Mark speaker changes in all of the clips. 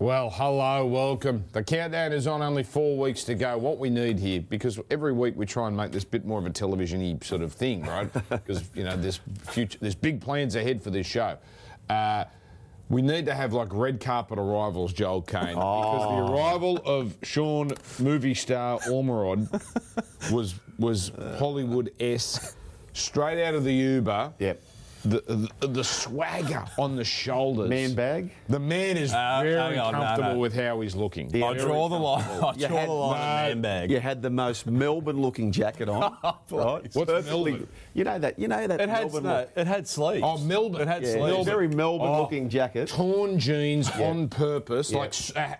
Speaker 1: Well, hello, welcome. The countdown is on, only four weeks to go. What we need here, because every week we try and make this bit more of a television y sort of thing, right? Because, you know, there's, future, there's big plans ahead for this show. Uh, we need to have like red carpet arrivals, Joel Kane, because
Speaker 2: Oh.
Speaker 1: the arrival of Sean movie star Ormerod was was Hollywood esque, straight out of the Uber.
Speaker 2: Yep.
Speaker 1: The, the the swagger on the shoulders,
Speaker 2: Man bag?
Speaker 1: The man is
Speaker 3: Uh,
Speaker 1: very
Speaker 3: hang on, no,
Speaker 1: comfortable
Speaker 3: no.
Speaker 1: with how he's looking.
Speaker 3: I draw the line. I
Speaker 2: You
Speaker 3: draw
Speaker 2: had-
Speaker 3: the line. in Man bag.
Speaker 2: You had the most Melbourne-looking jacket on. right?
Speaker 1: What's
Speaker 2: Perfectly-
Speaker 1: Melbourne?
Speaker 2: You know that. You know that.
Speaker 3: It had
Speaker 2: Melbourne
Speaker 3: no,
Speaker 2: look.
Speaker 3: it had sleeves.
Speaker 1: Oh, Melbourne.
Speaker 3: It had
Speaker 2: Yeah,
Speaker 3: sleeves.
Speaker 2: very
Speaker 3: Oh.
Speaker 2: Melbourne-looking jacket.
Speaker 1: torn jeans on purpose,
Speaker 2: Yeah.
Speaker 1: like s- uh,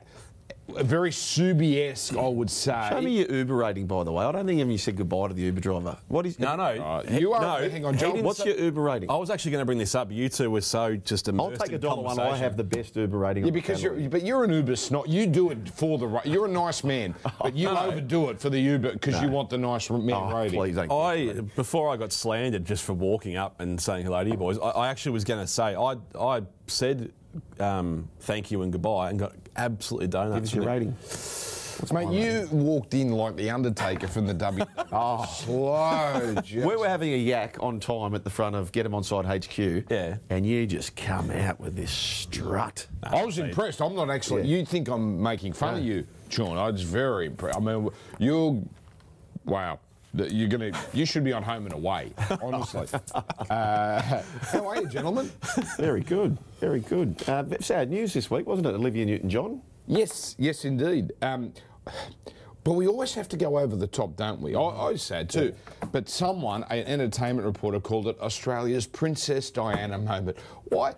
Speaker 1: very Subi-esque, I would say.
Speaker 2: Show me your Uber rating, by the way. I don't think even you said goodbye to the Uber driver. What is?
Speaker 3: No, no.
Speaker 1: Uh, you are.
Speaker 3: No,
Speaker 1: hang on,
Speaker 3: he
Speaker 1: Joel.
Speaker 3: didn't
Speaker 1: What's
Speaker 2: What's
Speaker 3: say- Oh,
Speaker 2: your Uber rating?
Speaker 3: I was actually going to bring this up. but You two were so just
Speaker 2: I'll
Speaker 3: immersed
Speaker 2: take a
Speaker 3: in
Speaker 2: dollar one. I
Speaker 3: conversation.
Speaker 2: have the best Uber rating.
Speaker 1: Yeah,
Speaker 2: on the
Speaker 1: because
Speaker 2: panel.
Speaker 1: you're, but you're an Uber snot. You do it for the right. You're a nice man, but you overdo it for the Uber because you want the nice man
Speaker 2: Oh,
Speaker 1: rating.
Speaker 2: please don't.
Speaker 3: I before I got slandered just for walking up and saying hello to you boys. I, I actually was going to say I I said um, thank you and goodbye and got absolutely donuts.
Speaker 2: Give us your
Speaker 3: from
Speaker 2: rating.
Speaker 1: Mate, you walked in like the Undertaker from the W. oh, slow. just-
Speaker 2: We were having a yak on time at the front of Get 'Em On Side HQ.
Speaker 3: Yeah.
Speaker 2: And you just come out with this strut.
Speaker 1: I was impressed. I'm not actually. You think I'm making fun of you, Sean? I was very impressed. I mean, you're. Wow. That You're gonna. You should be on home and away. Honestly. uh, how are you, gentlemen?
Speaker 2: Very good. Very good. Uh, sad news this week, wasn't it? Olivia Newton-John.
Speaker 1: Yes, yes, indeed. Um, but we always have to go over the top, don't we? I, I was sad too. But someone, an entertainment reporter, called it Australia's Princess Diana moment. Why?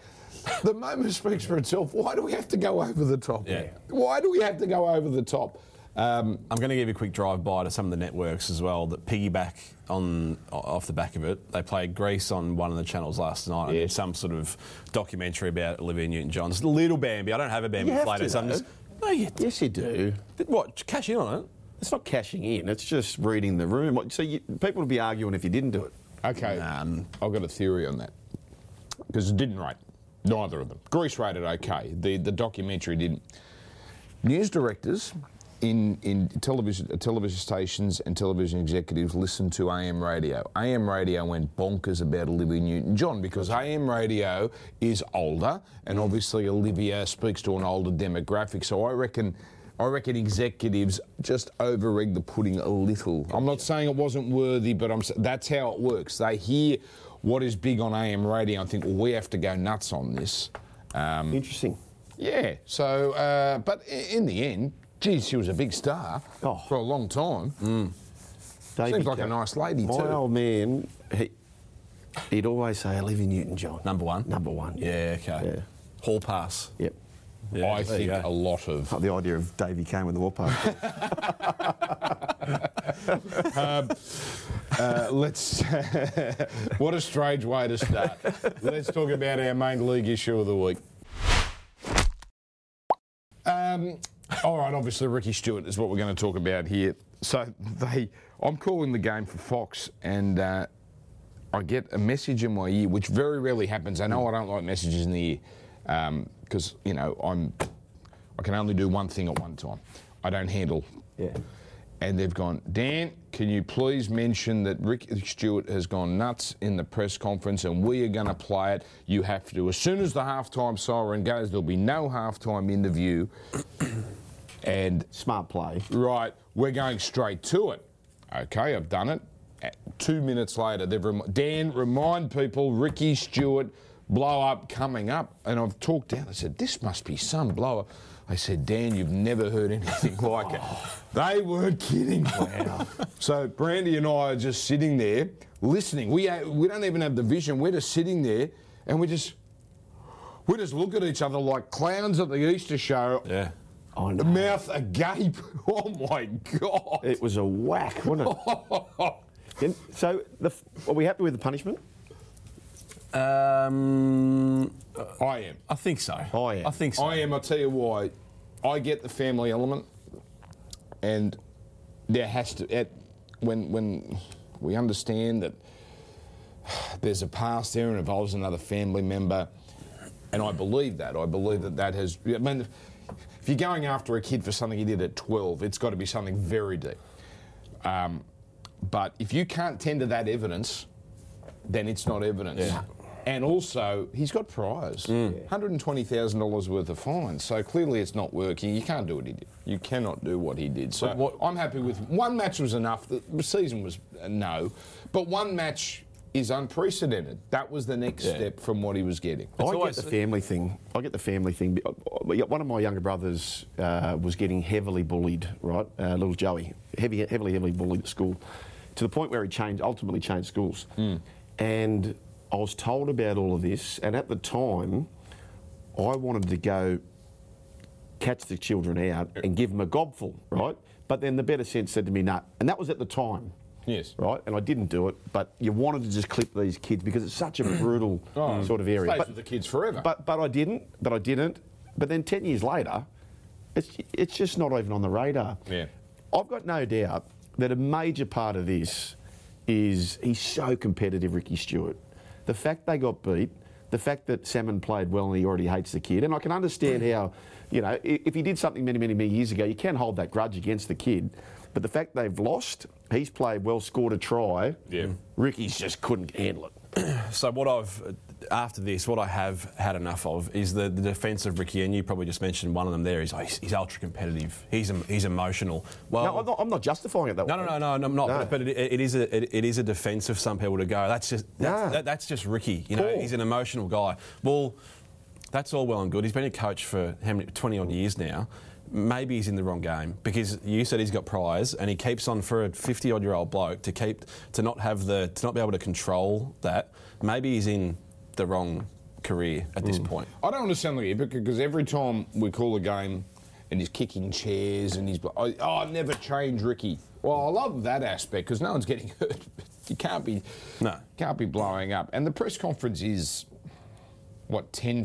Speaker 1: The moment speaks for itself. Why do we have to go over the top?
Speaker 3: Yeah.
Speaker 1: Why do we have to go over the top? Um,
Speaker 3: I'm going to give you a quick drive by to some of the networks as well that piggyback on o- off the back of it. They played Greece on one of the channels last night. and
Speaker 1: Yeah.
Speaker 3: Some sort of documentary about Olivia Newton-John. It's a little Bambi. I don't have a Bambi
Speaker 2: You have
Speaker 3: flatter,
Speaker 2: to,
Speaker 3: so I'm just no. You,
Speaker 2: Yes, you do.
Speaker 3: what? Cash in on it.
Speaker 2: It's not cashing in. It's just reading the room. What- So you, people would be arguing if you didn't do it.
Speaker 1: okay,
Speaker 3: Um,
Speaker 1: I've got a theory on that. Because it didn't rate, neither of them. Greece rated okay. The the documentary didn't. News directors in in television uh, television stations and television executives listen to AM radio. AM radio went bonkers about Olivia Newton-John because AM radio is older, and obviously Olivia speaks to an older demographic. So I reckon. I reckon executives just overreg the pudding a little. I'm not saying it wasn't worthy, but I'm s- that's how it works. They hear what is big on AM radio and think, well, we have to go nuts on this. Um,
Speaker 2: Interesting.
Speaker 1: yeah. So, uh, but i- in the end, geez, she was a big star
Speaker 2: Oh.
Speaker 1: for a long time.
Speaker 3: Mm.
Speaker 2: Davey
Speaker 1: Seems like a
Speaker 2: Jones.
Speaker 1: nice lady
Speaker 2: My
Speaker 1: too.
Speaker 2: old man, he, he'd always say Olivia Newton-John.
Speaker 3: Number one.
Speaker 2: Number one.
Speaker 3: Yeah. Okay.
Speaker 2: Yeah.
Speaker 3: Hall pass.
Speaker 2: Yep.
Speaker 3: Yeah,
Speaker 1: I
Speaker 3: there you
Speaker 1: think
Speaker 3: go.
Speaker 1: a lot of.
Speaker 2: Oh, the idea of Davy Kane with the wallpaper.
Speaker 1: Uh, let's. what a strange way to start. let's talk about our main league issue of the week. Um, all right, obviously Ricky Stewart is what we're going to talk about here. So they, I'm calling the game for Fox, and uh, I get a message in my ear, which very rarely happens. I know I don't like messages in the ear because you know I'm, I can only do one thing at one time. I don't handle.
Speaker 2: Yeah.
Speaker 1: And they've gone, Dan, can you please mention that Rick Stewart has gone nuts in the press conference and we are going to play it. You have to. As soon as the halftime siren goes, there'll be no halftime interview. and
Speaker 2: Smart play.
Speaker 1: right, we're going straight to it. Okay, I've done it. Uh, Two minutes later, they've rem- Dan remind people Ricky Stewart blow up coming up, and I've talked down. I said this must be some blow up. I said, Dan, you've never heard anything like it. They weren't kidding. so Brandy and I are just sitting there listening. We uh, we don't even have the vision. We're just sitting there, and we just we just look at each other like clowns at the Easter show.
Speaker 3: Yeah.
Speaker 2: I
Speaker 3: Oh.
Speaker 1: The
Speaker 2: know.
Speaker 1: mouth agape. Oh my god.
Speaker 2: It was a whack, wasn't it? Then- so, the, f- are we happy with the punishment?
Speaker 3: Um,
Speaker 1: I am.
Speaker 3: I think so.
Speaker 2: I am.
Speaker 3: I think so.
Speaker 1: I am. I'll tell you why. I get the family element, and there has to at when when we understand that there's a past there and involves another family member, and I believe that. I believe that that has. I mean, If you're going after a kid for something he did at 12, it's got to be something very deep. Um, but if you can't tender that evidence, then it's not evidence.
Speaker 3: Yeah. Mm.
Speaker 1: And also, he's got priors. $120,000 worth of fines. So clearly it's not working. You can't do what he did. You cannot do what he did. So
Speaker 3: But what-
Speaker 1: I'm happy with one match was enough. The the season was a no. But one match is unprecedented. That was the next
Speaker 3: Yeah.
Speaker 1: step from what he was getting.
Speaker 2: I
Speaker 3: always-
Speaker 2: get the family thing. I get the family thing. uh, One of my younger brothers uh, was getting heavily bullied, right? Uh, little Joey, heavy, heavily, heavily bullied at school, to the point where he changed, ultimately changed schools. And I was told about all of this, and at the time, I wanted to go catch the children out and give them a gobful, right? But then the better sense said to me, no. And that was at the time.
Speaker 1: Yes.
Speaker 2: Right? And I didn't do it, but you wanted to just clip these kids because it's such a brutal
Speaker 1: Oh,
Speaker 2: sort of area.
Speaker 1: stays
Speaker 2: But-
Speaker 1: with the kids forever.
Speaker 2: But, but I didn't, but I didn't. But then 10 years later, it's, it's just not even on the radar.
Speaker 1: Yeah.
Speaker 2: I've got no doubt that a major part of this is he's so competitive, Ricky Stewart. The fact they got beat, the fact that Salmon played well and he already hates the kid, and I can understand
Speaker 3: Mm.
Speaker 2: how, you know, i- if he did something many, many, many years ago, you can hold that grudge against the kid. But the fact they've lost, he's played well, scored a try.
Speaker 1: Yeah.
Speaker 2: Ricky's just couldn't handle it.
Speaker 3: So what I've after this, what I have had enough of is the, the defence of Ricky, and you probably just mentioned one of them. There is he's, he's ultra competitive. He's em- he's emotional. Well,
Speaker 2: No, I'm not, I'm not justifying it that
Speaker 3: no,
Speaker 2: way.
Speaker 3: no, no, no, no, I'm not.
Speaker 2: No.
Speaker 3: But, but it, it is a it, it is a defence of some people to go. That's just that's,
Speaker 2: No.
Speaker 3: that, that's just Ricky. You know,
Speaker 2: Cool.
Speaker 3: he's an emotional guy. Well, that's all well and good. He's been a coach for how many twenty odd years now. Maybe he's in the wrong game because you said he's got priors, and he keeps on for a fifty odd year old bloke to keep to not have the to not be able to control that. Maybe he's in the wrong career at
Speaker 2: Hmm.
Speaker 3: this point.
Speaker 1: I don't understand the hypocrite because every time we call a game and he's kicking chairs and he's, oh, oh never change Ricky. Well, I love that aspect because no one's getting hurt. But you can't be,
Speaker 3: No.
Speaker 1: can't be blowing up. And the press conference is, what, 10,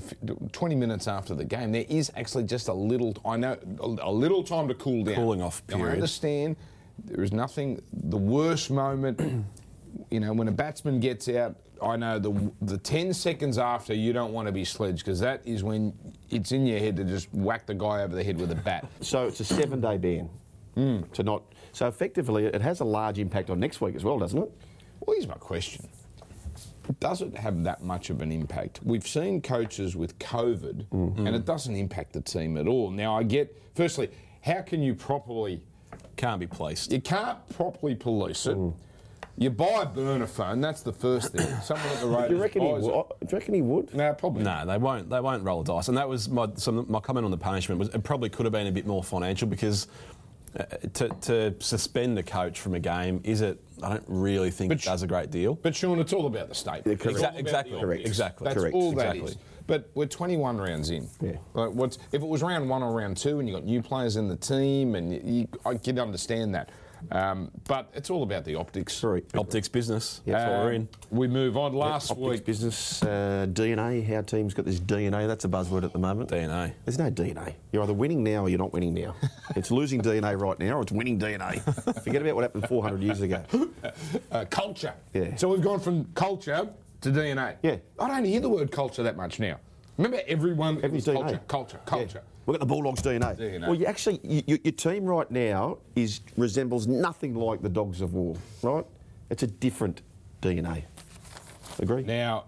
Speaker 1: 20 minutes after the game. There is actually just a little, I know, a, a little time to cool down.
Speaker 3: Cooling off
Speaker 1: I
Speaker 3: period.
Speaker 1: understand there is nothing, the worst moment, you know, when a batsman gets out, I know the, the 10 seconds after you don't want to be sledged because that is when it's in your head to just whack the guy over the head with a bat.
Speaker 2: So it's a seven day ban to not. So effectively, it has a large impact on next week as well, doesn't it?
Speaker 1: Well, here's my question. Does it have that much of an impact? We've seen coaches with COVID,
Speaker 2: Mm-hmm.
Speaker 1: and it doesn't impact the team at all. Now, I get, firstly, how can you properly,
Speaker 3: Can't be placed.
Speaker 1: you can't properly police it.
Speaker 2: Mm.
Speaker 1: You buy a burner phone, that's the first thing. Someone at the Raiders
Speaker 2: Do you reckon he
Speaker 1: buys
Speaker 2: would?
Speaker 1: Uh, oh, it.
Speaker 2: Do you reckon he would?
Speaker 1: No, probably.
Speaker 3: No, they won't. They won't roll the dice. And that was my some, my comment on the punishment was it probably could have been a bit more financial because uh, to, to suspend a coach from a game is it? I don't really think
Speaker 1: But
Speaker 3: it
Speaker 1: sh-
Speaker 3: does a great deal.
Speaker 1: But Sean, it's all about the state.
Speaker 2: Yeah, correct.
Speaker 1: It's all about
Speaker 3: Exactly,
Speaker 1: the
Speaker 3: correct,
Speaker 1: obvious.
Speaker 3: exactly,
Speaker 1: That's
Speaker 3: correct,
Speaker 1: all that is.
Speaker 3: exactly.
Speaker 1: But we're 21 rounds in.
Speaker 2: Yeah.
Speaker 1: Like what's if it was round one or round two, and you got new players in the team, and you, you, I can understand that. Um, but it's all about the optics.
Speaker 2: Sorry.
Speaker 3: Optics business. That's what
Speaker 1: Uh,
Speaker 3: we're in.
Speaker 1: we move on. Last
Speaker 2: Optics
Speaker 1: week,
Speaker 2: business, uh, DNA, how teams got this DNA. That's a buzzword at the moment.
Speaker 3: DNA.
Speaker 2: There's no DNA. You're either winning now or you're not winning now. it's losing DNA right now or it's winning DNA. Forget about what happened 400 years ago.
Speaker 1: uh, culture.
Speaker 2: Yeah.
Speaker 1: So we've gone from culture to DNA.
Speaker 2: Yeah.
Speaker 1: I don't hear the word culture that much now. Remember, everyone it
Speaker 2: Every
Speaker 1: was
Speaker 2: DNA.
Speaker 1: culture, culture, culture.
Speaker 2: Yeah. We've got the Bulldogs DNA.
Speaker 1: DNA.
Speaker 2: Well, you actually, you, you- your team right now is resembles nothing like the Dogs of War, right? It's a different DNA. Agree?
Speaker 1: Now,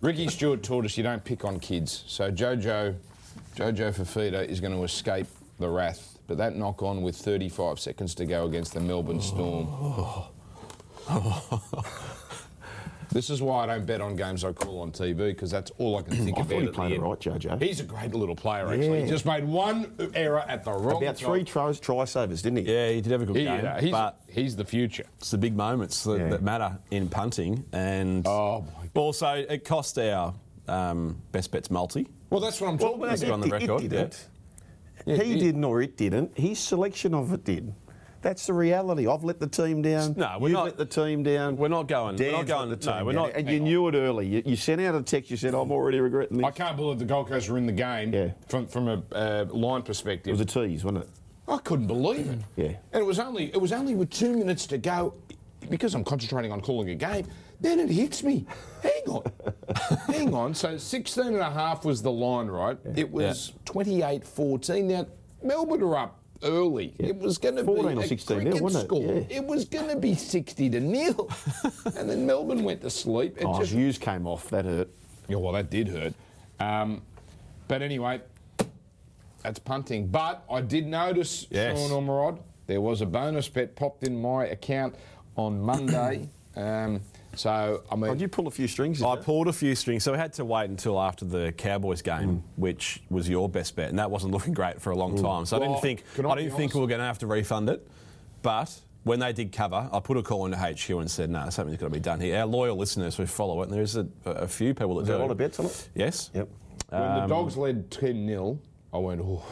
Speaker 1: Ricky Stewart taught us you don't pick on kids. So Jojo, Jojo Fafita is going to escape the wrath, but that knock on with 35 seconds to go against the Melbourne Storm. this is why I don't bet on games I call on TV because that's all I can think
Speaker 2: I
Speaker 1: about.
Speaker 2: thought
Speaker 1: at
Speaker 2: he
Speaker 1: the
Speaker 2: played it
Speaker 1: end.
Speaker 2: right, Jojo.
Speaker 1: He's a great little player, actually. He
Speaker 2: Yeah.
Speaker 1: just made one error at the wrong
Speaker 2: About three tries, try savers, didn't he?
Speaker 3: Yeah, he did have a good
Speaker 1: He-
Speaker 3: game,
Speaker 1: yeah, he's,
Speaker 3: but
Speaker 1: he's the future.
Speaker 3: it's the big moments that,
Speaker 2: Yeah.
Speaker 3: that matter in punting. And
Speaker 1: Oh, my
Speaker 3: also it cost our um, best bets multi.
Speaker 1: Well, that's what I'm talking
Speaker 3: well,
Speaker 1: about.
Speaker 3: that's- on the
Speaker 2: It- it
Speaker 3: record,
Speaker 2: didn't.
Speaker 1: yeah.
Speaker 2: he
Speaker 1: Yeah, it-
Speaker 2: didn't or it didn't. His selection of it did. That's the reality. I've let the team down.
Speaker 3: No, we're
Speaker 2: You've
Speaker 3: not-
Speaker 2: let the team down.
Speaker 3: We're not going- we're
Speaker 2: Dan's
Speaker 3: not going-
Speaker 2: let the team
Speaker 3: no, we're
Speaker 2: down.
Speaker 3: not-
Speaker 2: And you knew it early. You, you sent out a text. You said, "I'm already regretting this."
Speaker 1: I can't believe the Gold Coast were in the game
Speaker 2: Yeah.
Speaker 1: from, from a uh, line perspective.
Speaker 2: It was a tease, wasn't it?
Speaker 1: I couldn't believe it.
Speaker 2: Yeah.
Speaker 1: And it was only it was only with two minutes to go, because I'm concentrating on calling a game. Then it hits me. Hang on, Hang on. So 16 and a half was the line, right? It was 28 14. Now, Melbourne are up early. It was going to be
Speaker 2: 14 or
Speaker 1: a
Speaker 2: 16 nil,
Speaker 1: cricket
Speaker 2: wasn't it?
Speaker 1: score.
Speaker 2: Yeah.
Speaker 1: It was going to be 60 to nil. and then Melbourne went to sleep. It
Speaker 2: Oh,
Speaker 1: just-
Speaker 2: views came off. That hurt.
Speaker 1: yeah, well, that did hurt. Um, but anyway, that's punting. But I did notice,
Speaker 3: Yes.
Speaker 1: Sean Ormerod, there was a bonus bet popped in my account on Monday. um, so, I mean,
Speaker 2: Oh, did you pull a few strings? did
Speaker 3: I
Speaker 2: you?
Speaker 3: pulled a few strings, so I had to wait until after the Cowboys game,
Speaker 1: Mm.
Speaker 3: which was your best bet, and that wasn't looking great for a long time. So I
Speaker 1: Well,
Speaker 3: didn't think
Speaker 1: can I
Speaker 3: I,
Speaker 1: be
Speaker 3: didn't think
Speaker 1: honest?
Speaker 3: we were going to have to refund it, but. When they did cover, I put a call into HQ and said, "No, something's got to be done here." Our loyal listeners who follow it, and there's a, a few people that
Speaker 2: Is there
Speaker 3: do.
Speaker 2: a lot of bets on it?
Speaker 3: Yes.
Speaker 2: Yep.
Speaker 1: when
Speaker 2: Um,
Speaker 1: the Dogs led 10 0, I went, oh,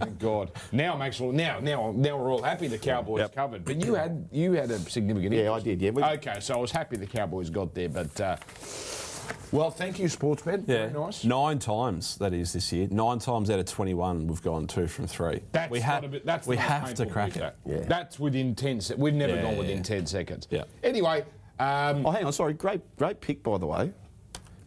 Speaker 1: thank God. Now I'm actually, now, now, now we're all happy the Cowboys
Speaker 3: Yep.
Speaker 1: covered. But you had you had a significant
Speaker 2: Yeah, I
Speaker 1: interest.
Speaker 2: did, yeah. We-
Speaker 1: Okay, so I was happy the Cowboys got there. But, uh, well, thank you, Sportsbet.
Speaker 3: Yeah.
Speaker 1: Very nice.
Speaker 3: Nine times that is this year. Nine times out of twenty-one, we've gone two from three.
Speaker 1: That's
Speaker 3: we ha-
Speaker 1: not a bit, that's
Speaker 3: we
Speaker 1: not
Speaker 3: have to
Speaker 1: painful,
Speaker 3: crack
Speaker 1: is
Speaker 3: it.
Speaker 1: that? That's within 10 seconds. We've never
Speaker 3: Yeah,
Speaker 1: gone
Speaker 3: yeah,
Speaker 1: within
Speaker 3: yeah.
Speaker 1: 10 seconds.
Speaker 3: Yeah.
Speaker 1: Anyway, um,
Speaker 2: Oh, hang on. Sorry. Great, great pick, by the way,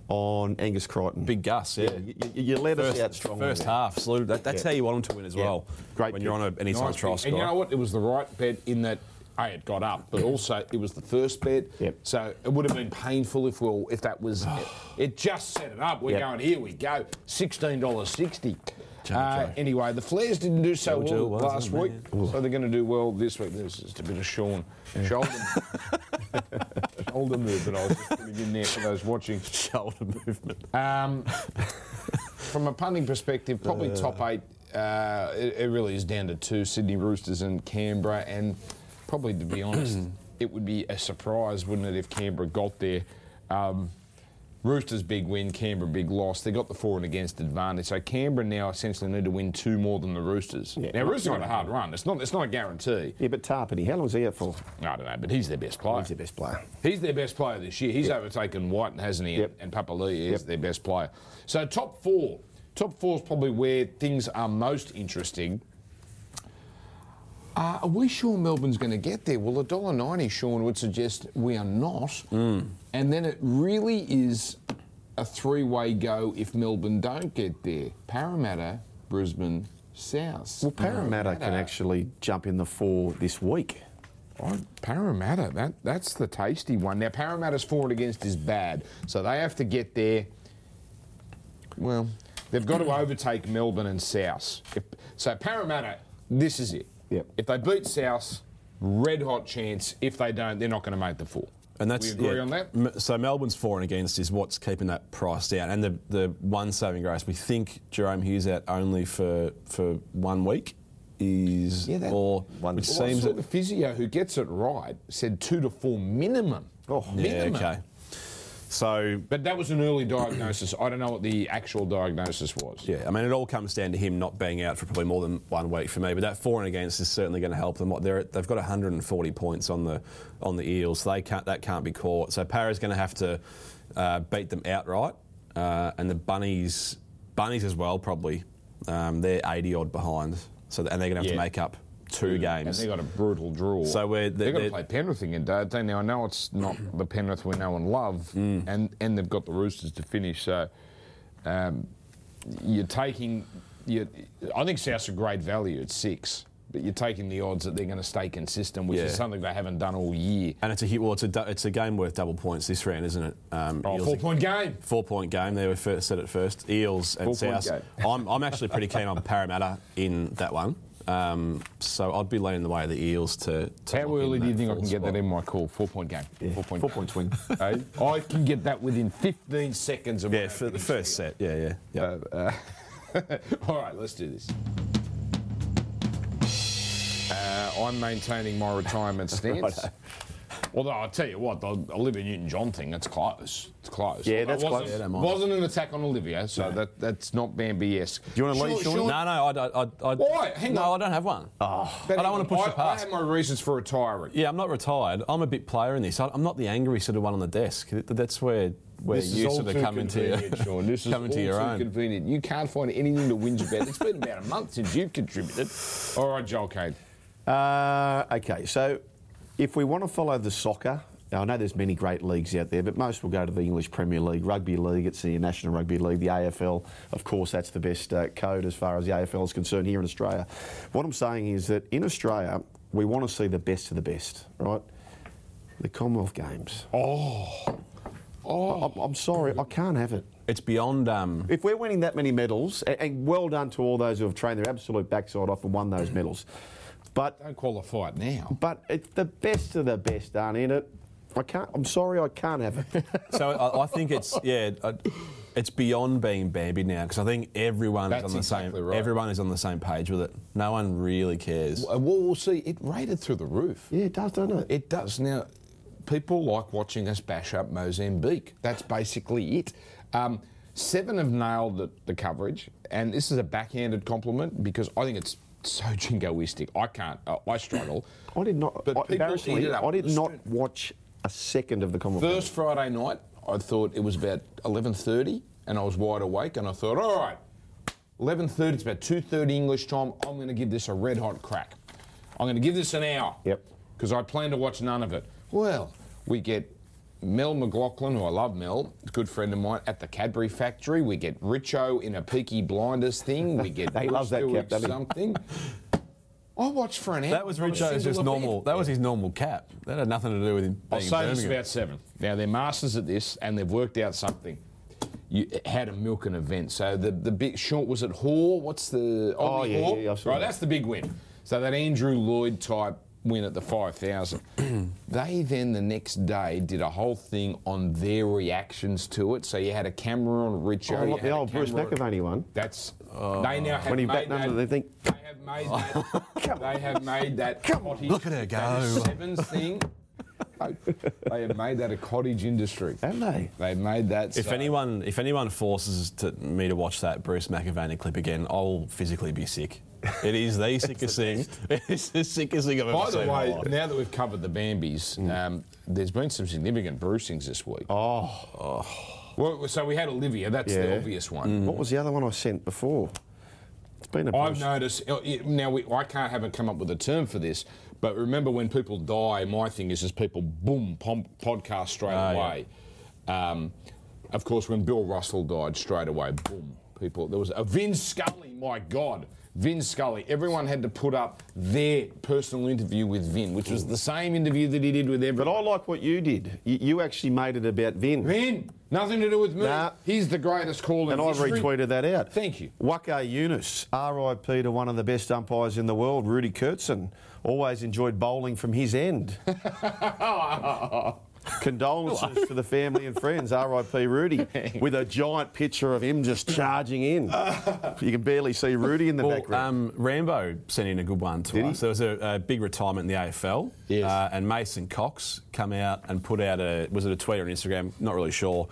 Speaker 2: on Angus Crichton.
Speaker 3: Big Gus, yeah.
Speaker 2: You, you, you let us out
Speaker 3: First,
Speaker 2: strong.
Speaker 3: first half, salute. That, that's
Speaker 2: Yeah.
Speaker 3: how you want them to win as
Speaker 2: Yeah.
Speaker 3: well.
Speaker 2: Great
Speaker 3: when you're on an anytime
Speaker 1: nice
Speaker 3: trial
Speaker 1: pick. And you know
Speaker 3: score.
Speaker 1: what? It was the right bet in that, A, it got up, but also it was the first bet.
Speaker 2: Yep.
Speaker 1: So it would have been painful if we were, if that was. it, it just set it up. We're
Speaker 2: Yep.
Speaker 1: going, here we go. $16.60.
Speaker 3: Joe,
Speaker 1: Uh,
Speaker 3: Joe.
Speaker 1: anyway, the Flares didn't do so
Speaker 3: Joe, Joe,
Speaker 1: well
Speaker 3: well
Speaker 1: last
Speaker 3: done,
Speaker 1: week,
Speaker 3: man.
Speaker 1: so they're going to do well this week. There's just a bit of Sean shoulder, shoulder movement. I was just putting in there for those watching.
Speaker 3: Shoulder movement.
Speaker 1: Um, from a punting perspective, probably top eight. Uh, it, it really is down to two: Sydney Roosters and Canberra. And probably, to be honest, it would be a surprise, wouldn't it, if Canberra got there? Um, Roosters big win, Canberra big loss. They got the for and against advantage. So Canberra now essentially need to win two more than the Roosters.
Speaker 2: Yeah.
Speaker 1: now Roosters got a hard run. It's not. It's not a guarantee.
Speaker 2: Yeah, but Tarpany, how long is he out for?
Speaker 1: I don't know, but he's their best player.
Speaker 2: He's the best player.
Speaker 1: He's their best player this year. He's overtaken White, hasn't he?
Speaker 2: Yep.
Speaker 1: And Papali'i is
Speaker 2: Yep.
Speaker 1: their best player. So top four. Top four is probably where things are most interesting. Uh, are we sure Melbourne's going to get there? Well, a dollar ninety, Sean, would suggest we are not.
Speaker 2: Hmm.
Speaker 1: And then it really is a three-way go if Melbourne don't get there. Parramatta, Brisbane, South.
Speaker 2: Well, Parramatta can actually jump in the four this week.
Speaker 1: Oh, Parramatta, that, that's the tasty one. Now, Parramatta's for and against is bad, so they have to get there. Well, they've got to overtake Melbourne and South. If, so, Parramatta, this is it.
Speaker 2: Yep.
Speaker 1: If they beat South, red hot chance. If they don't, they're not going to make the four.
Speaker 3: And that's
Speaker 1: we agree
Speaker 3: yeah.
Speaker 1: on that.
Speaker 3: M- So Melbourne's for and against is what's keeping that price down, and the, the one saving grace we think Jerome Hughes out only for for one week is
Speaker 1: Yeah, that-
Speaker 3: or
Speaker 2: One-
Speaker 3: which
Speaker 1: Well, I
Speaker 3: seems
Speaker 1: saw
Speaker 3: that-
Speaker 1: the physio who gets it right said two to four minimum.
Speaker 2: Oh,
Speaker 1: minimum.
Speaker 3: yeah okay. So
Speaker 1: But that was an early diagnosis. I don't know what the actual diagnosis was.
Speaker 3: Yeah, I mean, it all comes down to him not being out for probably more than one week for me. But that for and against is certainly going to help them. What They're, they've got 140 points on the on the Eels. They can't that can't be caught. So Parra's going to have to uh, beat them outright, uh, and the Bunnies Bunnies as well probably. Um, they're 80 odd behind. So and they're going to have
Speaker 1: Yeah. Mm.
Speaker 3: to make up two
Speaker 1: And
Speaker 3: games.
Speaker 1: they got a brutal draw.
Speaker 3: So we're-
Speaker 1: they're,
Speaker 3: they're-
Speaker 1: going to play
Speaker 3: they're-
Speaker 1: Penrith again, don't they? Now I know it's not
Speaker 3: Mm.
Speaker 1: the Penrith we know and love, and and they've got the Roosters to finish. So um, you're taking, you I think South's a great value at six, but you're taking the odds that they're going to stay consistent, which is
Speaker 3: Yeah.
Speaker 1: something they haven't done all year.
Speaker 3: And it's a hit. Well, it's a du- it's a game worth double points this round, isn't it? Um,
Speaker 1: Oh,
Speaker 3: Eels
Speaker 1: four
Speaker 3: ag-
Speaker 1: point game.
Speaker 3: Four point game. They were first, said it first. Eels and
Speaker 1: Four-point
Speaker 3: South.
Speaker 1: game.
Speaker 3: I'm, I'm actually pretty keen on Parramatta in that one. Um, so I'd be leaning the way of the Eels to. to
Speaker 1: How
Speaker 3: lock in
Speaker 1: early do you
Speaker 3: that
Speaker 1: think I
Speaker 3: full
Speaker 1: can get
Speaker 3: spot.
Speaker 1: that in my call? Four point game. Four point.
Speaker 2: Four
Speaker 1: game.
Speaker 2: point swing.
Speaker 1: Eh? I can get that within 15 seconds of
Speaker 3: Yeah,
Speaker 1: my
Speaker 3: for the
Speaker 1: opening
Speaker 3: first set. Yeah, yeah. yeah.
Speaker 1: Uh, all right, let's do this. Uh, I'm maintaining my retirement stance. Although I'll tell you what, the Olivia Newton-John thing—it's close. It's close.
Speaker 2: Yeah,
Speaker 1: Although
Speaker 2: that's
Speaker 1: it wasn't,
Speaker 2: close. Yeah,
Speaker 3: don't mind.
Speaker 1: wasn't an attack on Olivia, so that that's not Bambi-esque. Do
Speaker 2: you wanna leave, Sean?
Speaker 3: no, no, I, don't- I, I,
Speaker 1: Why? Hang
Speaker 3: no,
Speaker 1: on. Ah.
Speaker 3: I don't have one. I don't want to push it
Speaker 1: I, I
Speaker 3: past.
Speaker 1: have my reasons for retiring.
Speaker 3: yeah, I'm not retired. I'm a bit player in this. I- I'm not the angry sort of one on the desk. Th- That's where where
Speaker 1: This is
Speaker 3: you
Speaker 1: all
Speaker 3: sort of
Speaker 1: too
Speaker 3: come into your,
Speaker 1: convenient, Sean. This is
Speaker 3: come into
Speaker 1: all
Speaker 3: your
Speaker 1: too
Speaker 3: own.
Speaker 1: convenient. You can't find anything to whinge about. It's been about a month since you've contributed. All right, Joel Kane.
Speaker 2: Uh, okay, so if we want to follow the soccer Now, I know there's many great leagues out there, but most will go to the English Premier League, Rugby League. It's the National Rugby League, the AFL. Of course, that's the best uh, code as far as the AFL is concerned here in Australia. What I'm saying is that in Australia, we want to see the best of the best, right? The Commonwealth Games.
Speaker 1: Oh,
Speaker 2: Oh, I'm, I'm sorry, I can't have it.
Speaker 3: It's beyond. Um,
Speaker 2: If we're winning that many medals, and, and well done to all those who have trained their absolute backside off and won those medals, but
Speaker 1: don't qualify it now.
Speaker 2: but it's the best of the best aren't in it. I can't. I'm sorry, I can't have it.
Speaker 3: so I, I think it's yeah, I, it's beyond being Bambi now because I think everyone
Speaker 1: That's
Speaker 3: is on the
Speaker 1: exactly
Speaker 3: same.
Speaker 1: right.
Speaker 3: Everyone is on the same page with it. No one really cares.
Speaker 1: uh, Well, we'll see. It rated through the roof.
Speaker 2: yeah, it does, doesn't it?
Speaker 1: It does. Now, people like watching us bash up Mozambique. That's basically it. Um, seven have nailed the, the coverage, and this is a backhanded compliment because I think it's so jingoistic. I can't, uh, I struggle.
Speaker 2: I did not.
Speaker 1: But
Speaker 2: I,
Speaker 1: people eat
Speaker 2: embarrassingly,
Speaker 1: it up
Speaker 2: I did
Speaker 1: with a
Speaker 2: not
Speaker 1: spoon.
Speaker 2: watch a second of the Commonwealth.
Speaker 1: First Friday night, I thought it was about 11.30, and I was wide awake, and I thought, all right, 11.30, it's about 2.30 English time, I'm going to give this a red-hot crack. I'm going to give this an hour.
Speaker 2: Yep.
Speaker 1: Because I plan to watch none of it. Well, we get Mel McLaughlin, who I love Mel, good friend of mine, at the Cadbury Factory. We get Richo in a Peaky Blinders thing. We get
Speaker 2: They love that
Speaker 1: Bruce
Speaker 2: cap,
Speaker 1: doing
Speaker 2: don't
Speaker 1: something. I watched for an hour.
Speaker 3: That was
Speaker 1: on a
Speaker 3: Richo's just
Speaker 1: single event.
Speaker 3: normal. That was his normal cap. That had nothing to do with him.
Speaker 1: I'll
Speaker 3: Being
Speaker 1: say this
Speaker 3: Birmingham.
Speaker 1: about seven. Now they're masters at this, and they've worked out something. You had a milk an event. So the the big short was it Hoare? What's the
Speaker 2: Oh,
Speaker 1: Aussie
Speaker 2: yeah,
Speaker 1: Hoare?
Speaker 2: yeah, I saw
Speaker 1: right?
Speaker 2: that.
Speaker 1: That's the big win. So that Andrew Lloyd type win at the five thousand. they then the next day did a whole thing on their reactions to it. So you had a camera on Richo.
Speaker 2: Oh,
Speaker 1: you
Speaker 2: like the
Speaker 1: had a
Speaker 2: old Bruce
Speaker 1: camera on-
Speaker 2: McAvaney one.
Speaker 1: That's they now have
Speaker 2: Uh, When he
Speaker 1: made that.
Speaker 2: backnumbered, they think-
Speaker 1: they have made that. they have made that. cottage-
Speaker 3: Look at her
Speaker 1: that is
Speaker 3: go.
Speaker 1: Sevens thing. they have made that a cottage industry.
Speaker 2: Have they?
Speaker 1: They've made that.
Speaker 3: If
Speaker 1: so-
Speaker 3: anyone, if anyone forces to, me to watch that Bruce McAvaney clip again, I'll physically be sick. It is the sickest thing. It's the sickest thing I've ever
Speaker 1: By
Speaker 3: seen.
Speaker 1: the
Speaker 3: in my
Speaker 1: way,
Speaker 3: life.
Speaker 1: now that we've covered the Bambies,
Speaker 2: Mm.
Speaker 1: um, there's been some significant bruisings this week. Oh. Well, so we had Olivia. That's the
Speaker 2: Yeah.
Speaker 1: obvious one.
Speaker 2: What was the other one I sent before? It's been a.
Speaker 1: Mm. I've noticed uh, it- now. We, I can't haven't come up with a term for this, but remember when people die, my thing is is people boom pom- podcast straight
Speaker 2: Ah,
Speaker 1: away. Um, of course, when Bill Russell died, straight away boom people. There was a Vin Scully. My God, Vin Scully. Everyone had to put up their personal interview with Vin, which was the same interview that he did with
Speaker 2: but
Speaker 1: everyone.
Speaker 2: I like what you did. You, you actually made it about Vin.
Speaker 1: Vin, nothing to do with me.
Speaker 2: Nah.
Speaker 1: He's the greatest caller.
Speaker 2: And I retweeted that out.
Speaker 1: Thank you.
Speaker 2: Waka Yunus, RIP to one of the best umpires in the world, Rudy Kurtzen. Always enjoyed bowling from his end. Condolences to the family and friends, RIP Rudy, with a giant picture of him just charging in. you can barely see Rudy in the
Speaker 3: Well,
Speaker 2: background.
Speaker 3: um, Rambo sent in a good one to
Speaker 2: Did he?
Speaker 3: us. There was a, a big retirement in the AFL,
Speaker 1: Yes.
Speaker 3: uh, and Mason Cox come out and put out a was it a tweet or an Instagram? Not really sure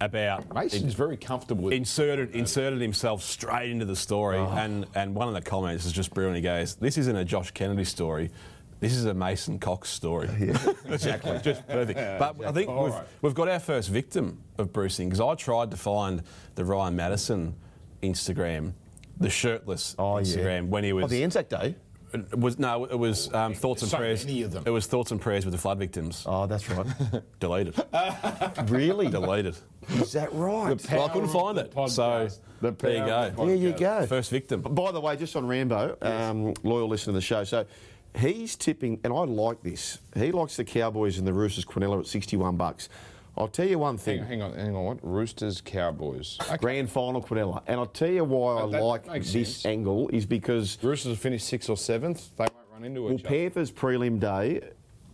Speaker 3: about
Speaker 1: Mason's very comfortable with
Speaker 3: inserted inserted himself straight into the story, and and one of the comments is just brilliant. He goes, "This isn't a Josh Kennedy story." This is a Mason Cox story. exactly. Just perfect. But I think
Speaker 1: All
Speaker 3: we've,
Speaker 1: right.
Speaker 3: we've got our first victim of bruising because I tried to find the Ryan Madison Instagram, the shirtless
Speaker 1: um,
Speaker 3: Instagram, when he was.
Speaker 2: oh, the Anzac Day.
Speaker 3: It was no, it was um, thoughts and
Speaker 1: So
Speaker 3: prayers.
Speaker 1: many of them.
Speaker 3: It was thoughts and prayers with the flood victims.
Speaker 2: Oh, that's right.
Speaker 3: Deleted.
Speaker 2: really?
Speaker 3: Deleted.
Speaker 2: Is that right?
Speaker 3: Well, I couldn't
Speaker 1: power of
Speaker 3: find
Speaker 1: the
Speaker 3: it. So
Speaker 1: podcast. The
Speaker 3: there you
Speaker 1: power
Speaker 3: go.
Speaker 1: of the
Speaker 2: There you go.
Speaker 3: First victim.
Speaker 2: By the way, just on Rambo, um, loyal listener to the show. So he's tipping, and I like this. He likes the Cowboys and the Roosters Quinella at 61 bucks. I'll tell you
Speaker 1: Hang
Speaker 2: one thing.
Speaker 1: on, hang on, hang on. What? Roosters, Cowboys. Okay. Oh,
Speaker 2: Grand final Quinella. And I'll tell you why I
Speaker 1: that
Speaker 2: like
Speaker 1: makes
Speaker 2: this
Speaker 1: sense.
Speaker 2: angle is because
Speaker 1: Roosters have finished sixth or seventh. They won't run into
Speaker 2: well,
Speaker 1: each other.
Speaker 2: Panthers prelim day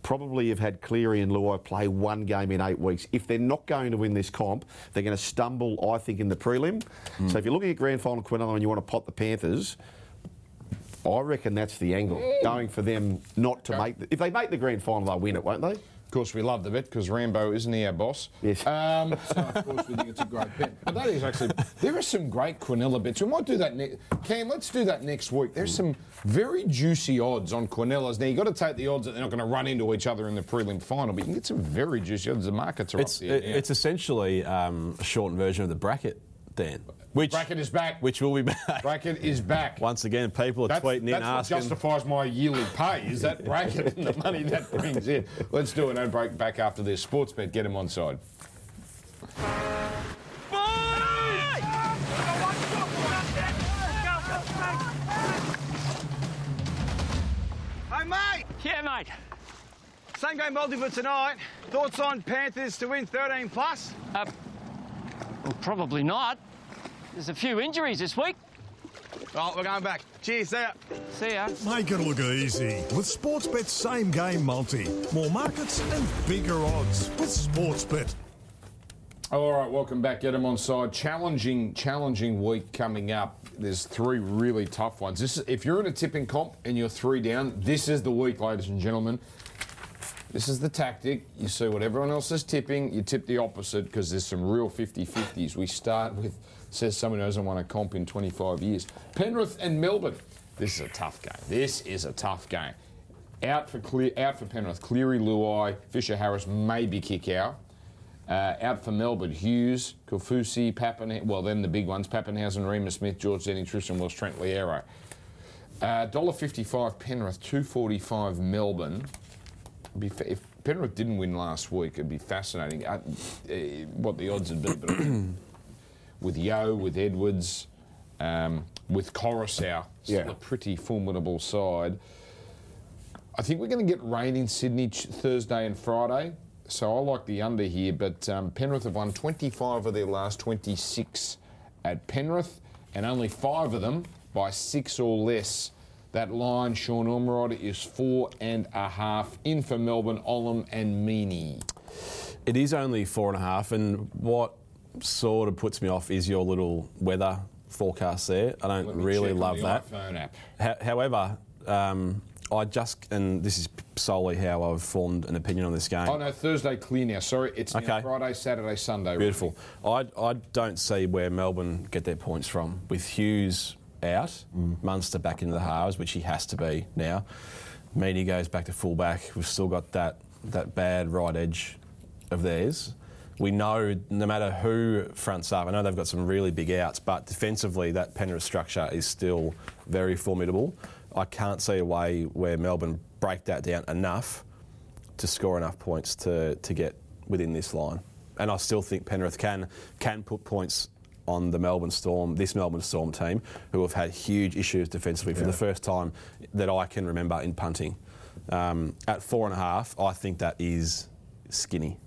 Speaker 2: probably have had Cleary and Luai play one game in eight weeks. If they're not going to win this comp, they're going to stumble, I think, in the prelim. So if you're looking at grand final Quinella and you want to pot the Panthers, I reckon that's the angle, going for them not to make. The, if they make the grand final, they'll win it, won't they?
Speaker 1: Of course, we love the bet because Rambo isn't he our boss?
Speaker 2: Yes.
Speaker 1: Um, so of course we think it's a great bet. But that is actually there are some great Quinella bets. We might do that. Ne- Cam, let's do that next week. There's some very juicy odds on Quinellas. Now you got to take the odds that they're not going to run into each other in the prelim final, but you can get some very juicy odds. The markets are
Speaker 3: It's
Speaker 1: up there.
Speaker 3: it-
Speaker 1: now.
Speaker 3: it's essentially um, a shortened version of the bracket Dan. Which
Speaker 1: Bracket is back.
Speaker 3: Which will be back.
Speaker 1: Bracket is back.
Speaker 3: Once again, people are
Speaker 1: That's,
Speaker 3: tweeting in
Speaker 1: that's what
Speaker 3: asking.
Speaker 1: justifies my yearly pay is that bracket and the money that brings in. Let's do an ad break back after this. Sports bet, get him on side.
Speaker 4: Hey, mate!
Speaker 5: Yeah, mate.
Speaker 4: Same game multi for tonight. Thoughts on Panthers to win 13 plus?
Speaker 5: Uh, well, probably not. There's a few injuries this week.
Speaker 4: Right, we're going back. Cheers, see ya.
Speaker 5: See ya.
Speaker 6: Make it look easy with Sportsbet's same game multi. More markets and bigger odds with Sportsbet.
Speaker 1: All right, welcome back. Get them on side. Challenging, challenging week coming up. There's three really tough ones. This is, if you're in a tipping comp and you're three down, this is the week, ladies and gentlemen. This is the tactic. You see what everyone else is tipping, you tip the opposite because there's some real 50 50s. We start with, says someone who hasn't won a comp in 25 years. Penrith and Melbourne. This is a tough game. This is a tough game. Out for clear, out for Penrith, Cleary, Luai, Fisher Harris, maybe kick out. Uh, out for Melbourne, Hughes, Kofusi, Pappen. Well, then the big ones: Pappenhausen, Remus Smith, George Denning, Tristan Welsh, Trent Liero. Uh, $1.55 Penrith, two forty-five Melbourne. Be fa- if Penrith didn't win last week, it'd be fascinating uh, uh, what the odds would be. But I think with Yo, with Edwards, um, with Coruscant, still
Speaker 2: Yeah.
Speaker 1: a pretty formidable side. I think we're going to get rain in Sydney ch- Thursday and Friday. So I like the under here, but um, Penrith have won 25 of their last 26 at Penrith, and only five of them by six or less. That line, Sean Ormerod, is four and a half. In for Melbourne, Ollam and Meany.
Speaker 3: It is only four and a half, and what sort of puts me off is your little weather forecast there. I don't
Speaker 1: Let me
Speaker 3: really
Speaker 1: check on
Speaker 3: love
Speaker 1: the
Speaker 3: that.
Speaker 1: iPhone app.
Speaker 3: Ho- however, um, I just and this is solely how I've formed an opinion on this game.
Speaker 1: Oh no, Thursday clear now. Sorry, it's now
Speaker 3: Okay.
Speaker 1: Friday, Saturday, Sunday.
Speaker 3: Beautiful. I, I don't see where Melbourne get their points from with Hughes out, Munster back into the halves, which he has to be now. Meany goes back to fullback. We've still got that that bad right edge of theirs. We know no matter who fronts up, I know they've got some really big outs, but defensively that Penrith structure is still very formidable. I can't see a way where Melbourne break that down enough to score enough points to, to get within this line. And I still think Penrith can can put points on the Melbourne Storm, this Melbourne Storm team, who have had huge issues defensively for the first time that I can remember in punting. Um, at four and a half, I think that is skinny.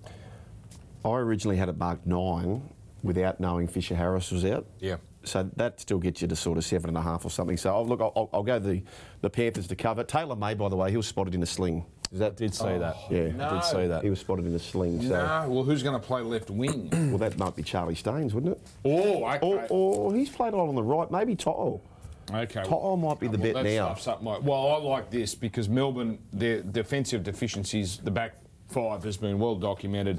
Speaker 2: I originally had it marked nine without knowing Fisher Harris was out.
Speaker 1: Yeah.
Speaker 2: So that still gets you to sort of seven and a half or something. So I'll, look, I'll, I'll go the, the Panthers to cover. Taylor May, by the way, he was spotted in a sling. Is that
Speaker 3: Did see that.
Speaker 2: Yeah.
Speaker 1: Oh, no.
Speaker 3: Did see that.
Speaker 2: Oh, He was spotted in a sling. So
Speaker 1: Nah, well, who's going to play left wing?
Speaker 2: well, that might be Charlie Staines, wouldn't it?
Speaker 1: oh, okay.
Speaker 2: Or, or he's played a lot on the right. Maybe Toto.
Speaker 1: Okay.
Speaker 2: Toto might be the
Speaker 1: well,
Speaker 2: bet
Speaker 1: that
Speaker 2: now.
Speaker 1: stuffs up my- well, I like this because Melbourne, their defensive deficiencies, the back five has been well documented.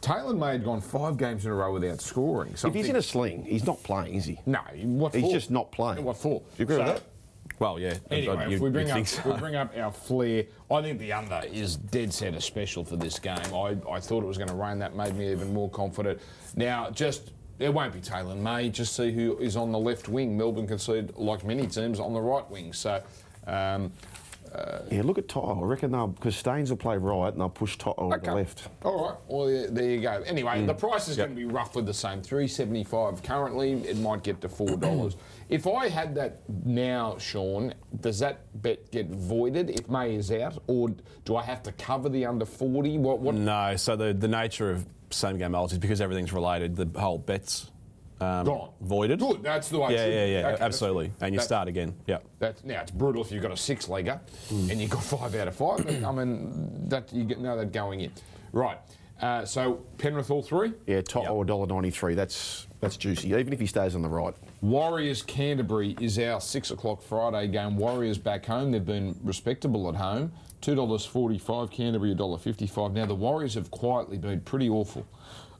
Speaker 1: Taylor May had gone five games in a row without scoring. So
Speaker 2: If he's in a sling, he's not playing, is he?
Speaker 1: no, what
Speaker 2: He's
Speaker 1: for?
Speaker 2: just not playing.
Speaker 1: What for?
Speaker 2: You agree with
Speaker 1: So-
Speaker 2: that?
Speaker 3: Well, yeah.
Speaker 1: Anyway,
Speaker 3: you-
Speaker 1: if we
Speaker 3: you
Speaker 1: bring up
Speaker 3: think so.
Speaker 1: we bring up our flair, I think the under is dead set a special for this game. I, I thought it was going to rain. That made me even more confident. Now, just it won't be Taylor May. Just see who is on the left wing. Melbourne conceded like many teams on the right wing. So. Um,
Speaker 2: Yeah, look at Toto. I reckon they'll because Staines will play right and they'll push Toto to the left.
Speaker 1: All right. Well, yeah, there you go. Anyway, the price is
Speaker 3: Yep.
Speaker 1: going to be roughly the same, three seventy-five currently. It might get to four dollars. if I had that now, Sean, does that bet get voided if May is out, or do I have to cover the under forty? What? What?
Speaker 3: No, so the, the nature of same game multis, because everything's related, the whole bets um,
Speaker 1: Gone.
Speaker 3: voided.
Speaker 1: Good, that's the way it
Speaker 3: Yeah,
Speaker 1: should
Speaker 3: yeah,
Speaker 1: be.
Speaker 3: yeah,
Speaker 1: Okay, that's
Speaker 3: absolutely.
Speaker 1: good.
Speaker 3: And you
Speaker 1: That-
Speaker 3: start again. Yeah.
Speaker 1: That's, now it's brutal if you've got a six-legger and you've got five out of five. But, I mean, that you get, know that going in, right? Uh, so Penrith all three.
Speaker 2: Yeah, Toto a dollar ninety three. That's that's juicy. Even if he stays on the right.
Speaker 1: Warriors Canterbury is our six o'clock Friday game. Warriors back home. They've been respectable at home. Two dollars forty-five. Canterbury a dollar fifty-five. Now the Warriors have quietly been pretty awful.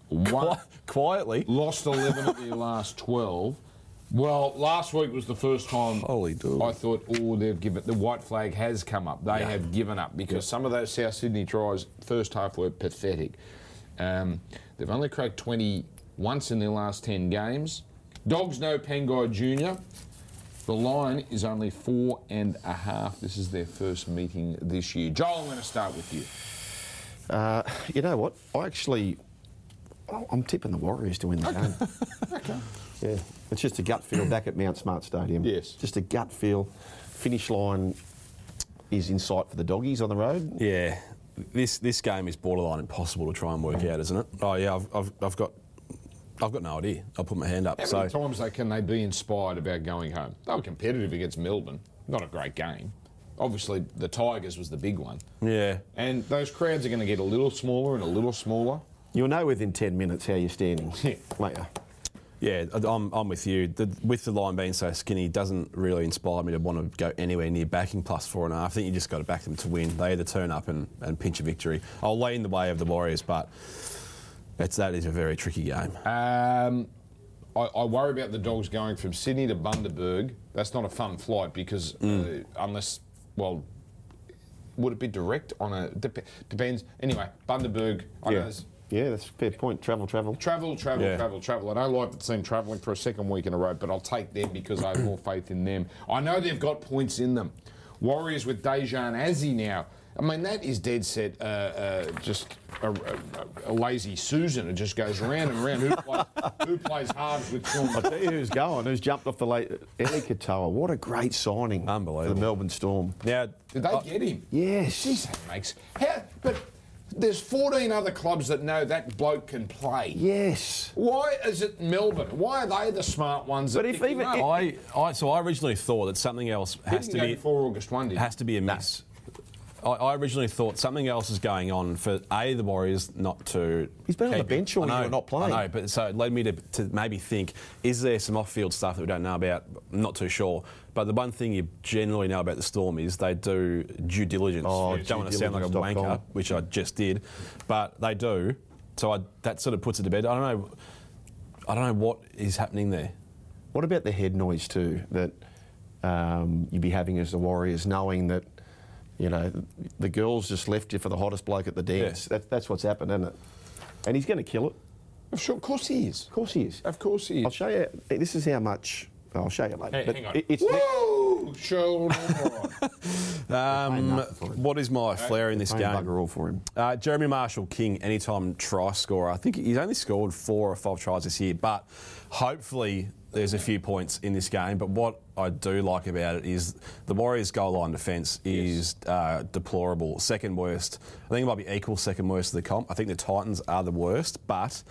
Speaker 1: One,
Speaker 3: Quietly.
Speaker 1: lost eleven of their last twelve. Well, last week was the first time
Speaker 3: Holy dooly.
Speaker 1: I thought, oh, they've given the white flag has come up. They have given up because some of those South Sydney tries first half were pathetic. Um, they've only cracked twenty once in their last ten games. Dogs no Pengai Junior. The line is only four and a half. This is their first meeting this year. Joel, I'm going to start with you.
Speaker 2: Uh, you know what? I actually, oh, I'm tipping the Warriors to win the game. Yeah, it's just a gut feel back at Mount Smart Stadium.
Speaker 1: Yes.
Speaker 2: just a gut feel. Finish line is in sight for the doggies on the road.
Speaker 3: Yeah, this this game is borderline impossible to try and work out, isn't it? Oh yeah, I've, I've, I've got I've got no idea. I'll put my hand up.
Speaker 1: How
Speaker 3: so
Speaker 1: many times they, can they be inspired about going home? They were competitive against Melbourne. Not a great game. Obviously, the Tigers was the big one.
Speaker 3: yeah,
Speaker 1: And those crowds are going to get a little smaller and a little smaller.
Speaker 2: You'll know within ten minutes how you're standing.
Speaker 1: Yeah.
Speaker 2: won't ya?
Speaker 3: yeah, I- I'm, I'm with you. The, with the line being so skinny, doesn't really inspire me to want to go anywhere near backing plus four and a half. I think you just got to back them to win. They either turn up and, and pinch a victory. I'll lay in the way of the Warriors, but it's that is a very tricky game.
Speaker 1: Um, I, I worry about the dogs going from Sydney to Bundaberg. That's not a fun flight because uh, unless, well, would it be direct on a dep- depends? Anyway, Bundaberg. I know there's
Speaker 2: yeah, that's a fair point. Travel, travel.
Speaker 1: Travel, travel,
Speaker 3: Yeah.
Speaker 1: travel, travel. I don't like the team travelling for a second week in a row, but I'll take them because I have more faith in them. I know they've got points in them. Warriors with Dejan Azzi now. I mean, that is dead set, uh, uh, just a, a- a lazy Susan. It just goes round and round. Who, play, who plays halves with Sean?
Speaker 2: I'll tell you who's going, who's jumped off the late. Eli Katoa, what a great signing. For
Speaker 3: Unbelievable.
Speaker 2: the Melbourne Storm.
Speaker 3: Now,
Speaker 1: Did they get him?
Speaker 2: Yes.
Speaker 1: Jeez, that makes. How, but there's 14 other clubs that know that bloke can play.
Speaker 2: Yes.
Speaker 1: Why is it Melbourne? Why are they the smart ones?
Speaker 2: But
Speaker 1: that
Speaker 2: if
Speaker 1: pick him
Speaker 2: even-
Speaker 1: up?
Speaker 3: I, I so I originally thought that something else
Speaker 1: He
Speaker 3: has
Speaker 1: didn't
Speaker 3: to
Speaker 1: go
Speaker 3: be
Speaker 1: before August one. Did
Speaker 3: It
Speaker 1: he?
Speaker 3: has to be a miss. I, I originally thought something else is going on for a the Warriors not to.
Speaker 2: He's been on the
Speaker 3: keep-
Speaker 2: bench all
Speaker 3: I know,
Speaker 2: year, not playing.
Speaker 3: I know, but so it led me to, to maybe think: is there some off-field stuff that we don't know about? I'm not too sure. But the one thing you generally know about the Storm is they do due diligence.
Speaker 2: Oh,
Speaker 3: I
Speaker 2: due
Speaker 3: don't want to sound like a
Speaker 2: diligence dot com.
Speaker 3: wanker, which I just did, but they do. So I, that sort of puts it to bed. I don't know. I don't know what is happening there.
Speaker 2: What about the head noise too that um, you'd be having as the Warriors, knowing that you know the girls just left you for the hottest bloke at the dance.
Speaker 3: Yeah.
Speaker 2: That, that's what's happened, isn't it? And he's going to kill it.
Speaker 1: Of sure, of course he is.
Speaker 2: Of course he is.
Speaker 1: Of course he
Speaker 2: I'll
Speaker 1: is.
Speaker 2: show you. This is how much. I'll show you later.
Speaker 1: Hey,
Speaker 2: but
Speaker 1: hang on.
Speaker 2: it- it's
Speaker 1: Whoa! Shoulder on.
Speaker 3: Um,
Speaker 2: nothing for it.
Speaker 3: what is my flair in this
Speaker 2: Ain't
Speaker 3: game?
Speaker 2: bugger all for him.
Speaker 3: Uh, Jeremy Marshall King, anytime try scorer. I think he's only scored four or five tries this year, but hopefully there's a few points in this game. But what I do like about it is the Warriors' goal line defence is uh, deplorable. Second worst. I think it might be equal second worst of the comp. I think the Titans are the worst, but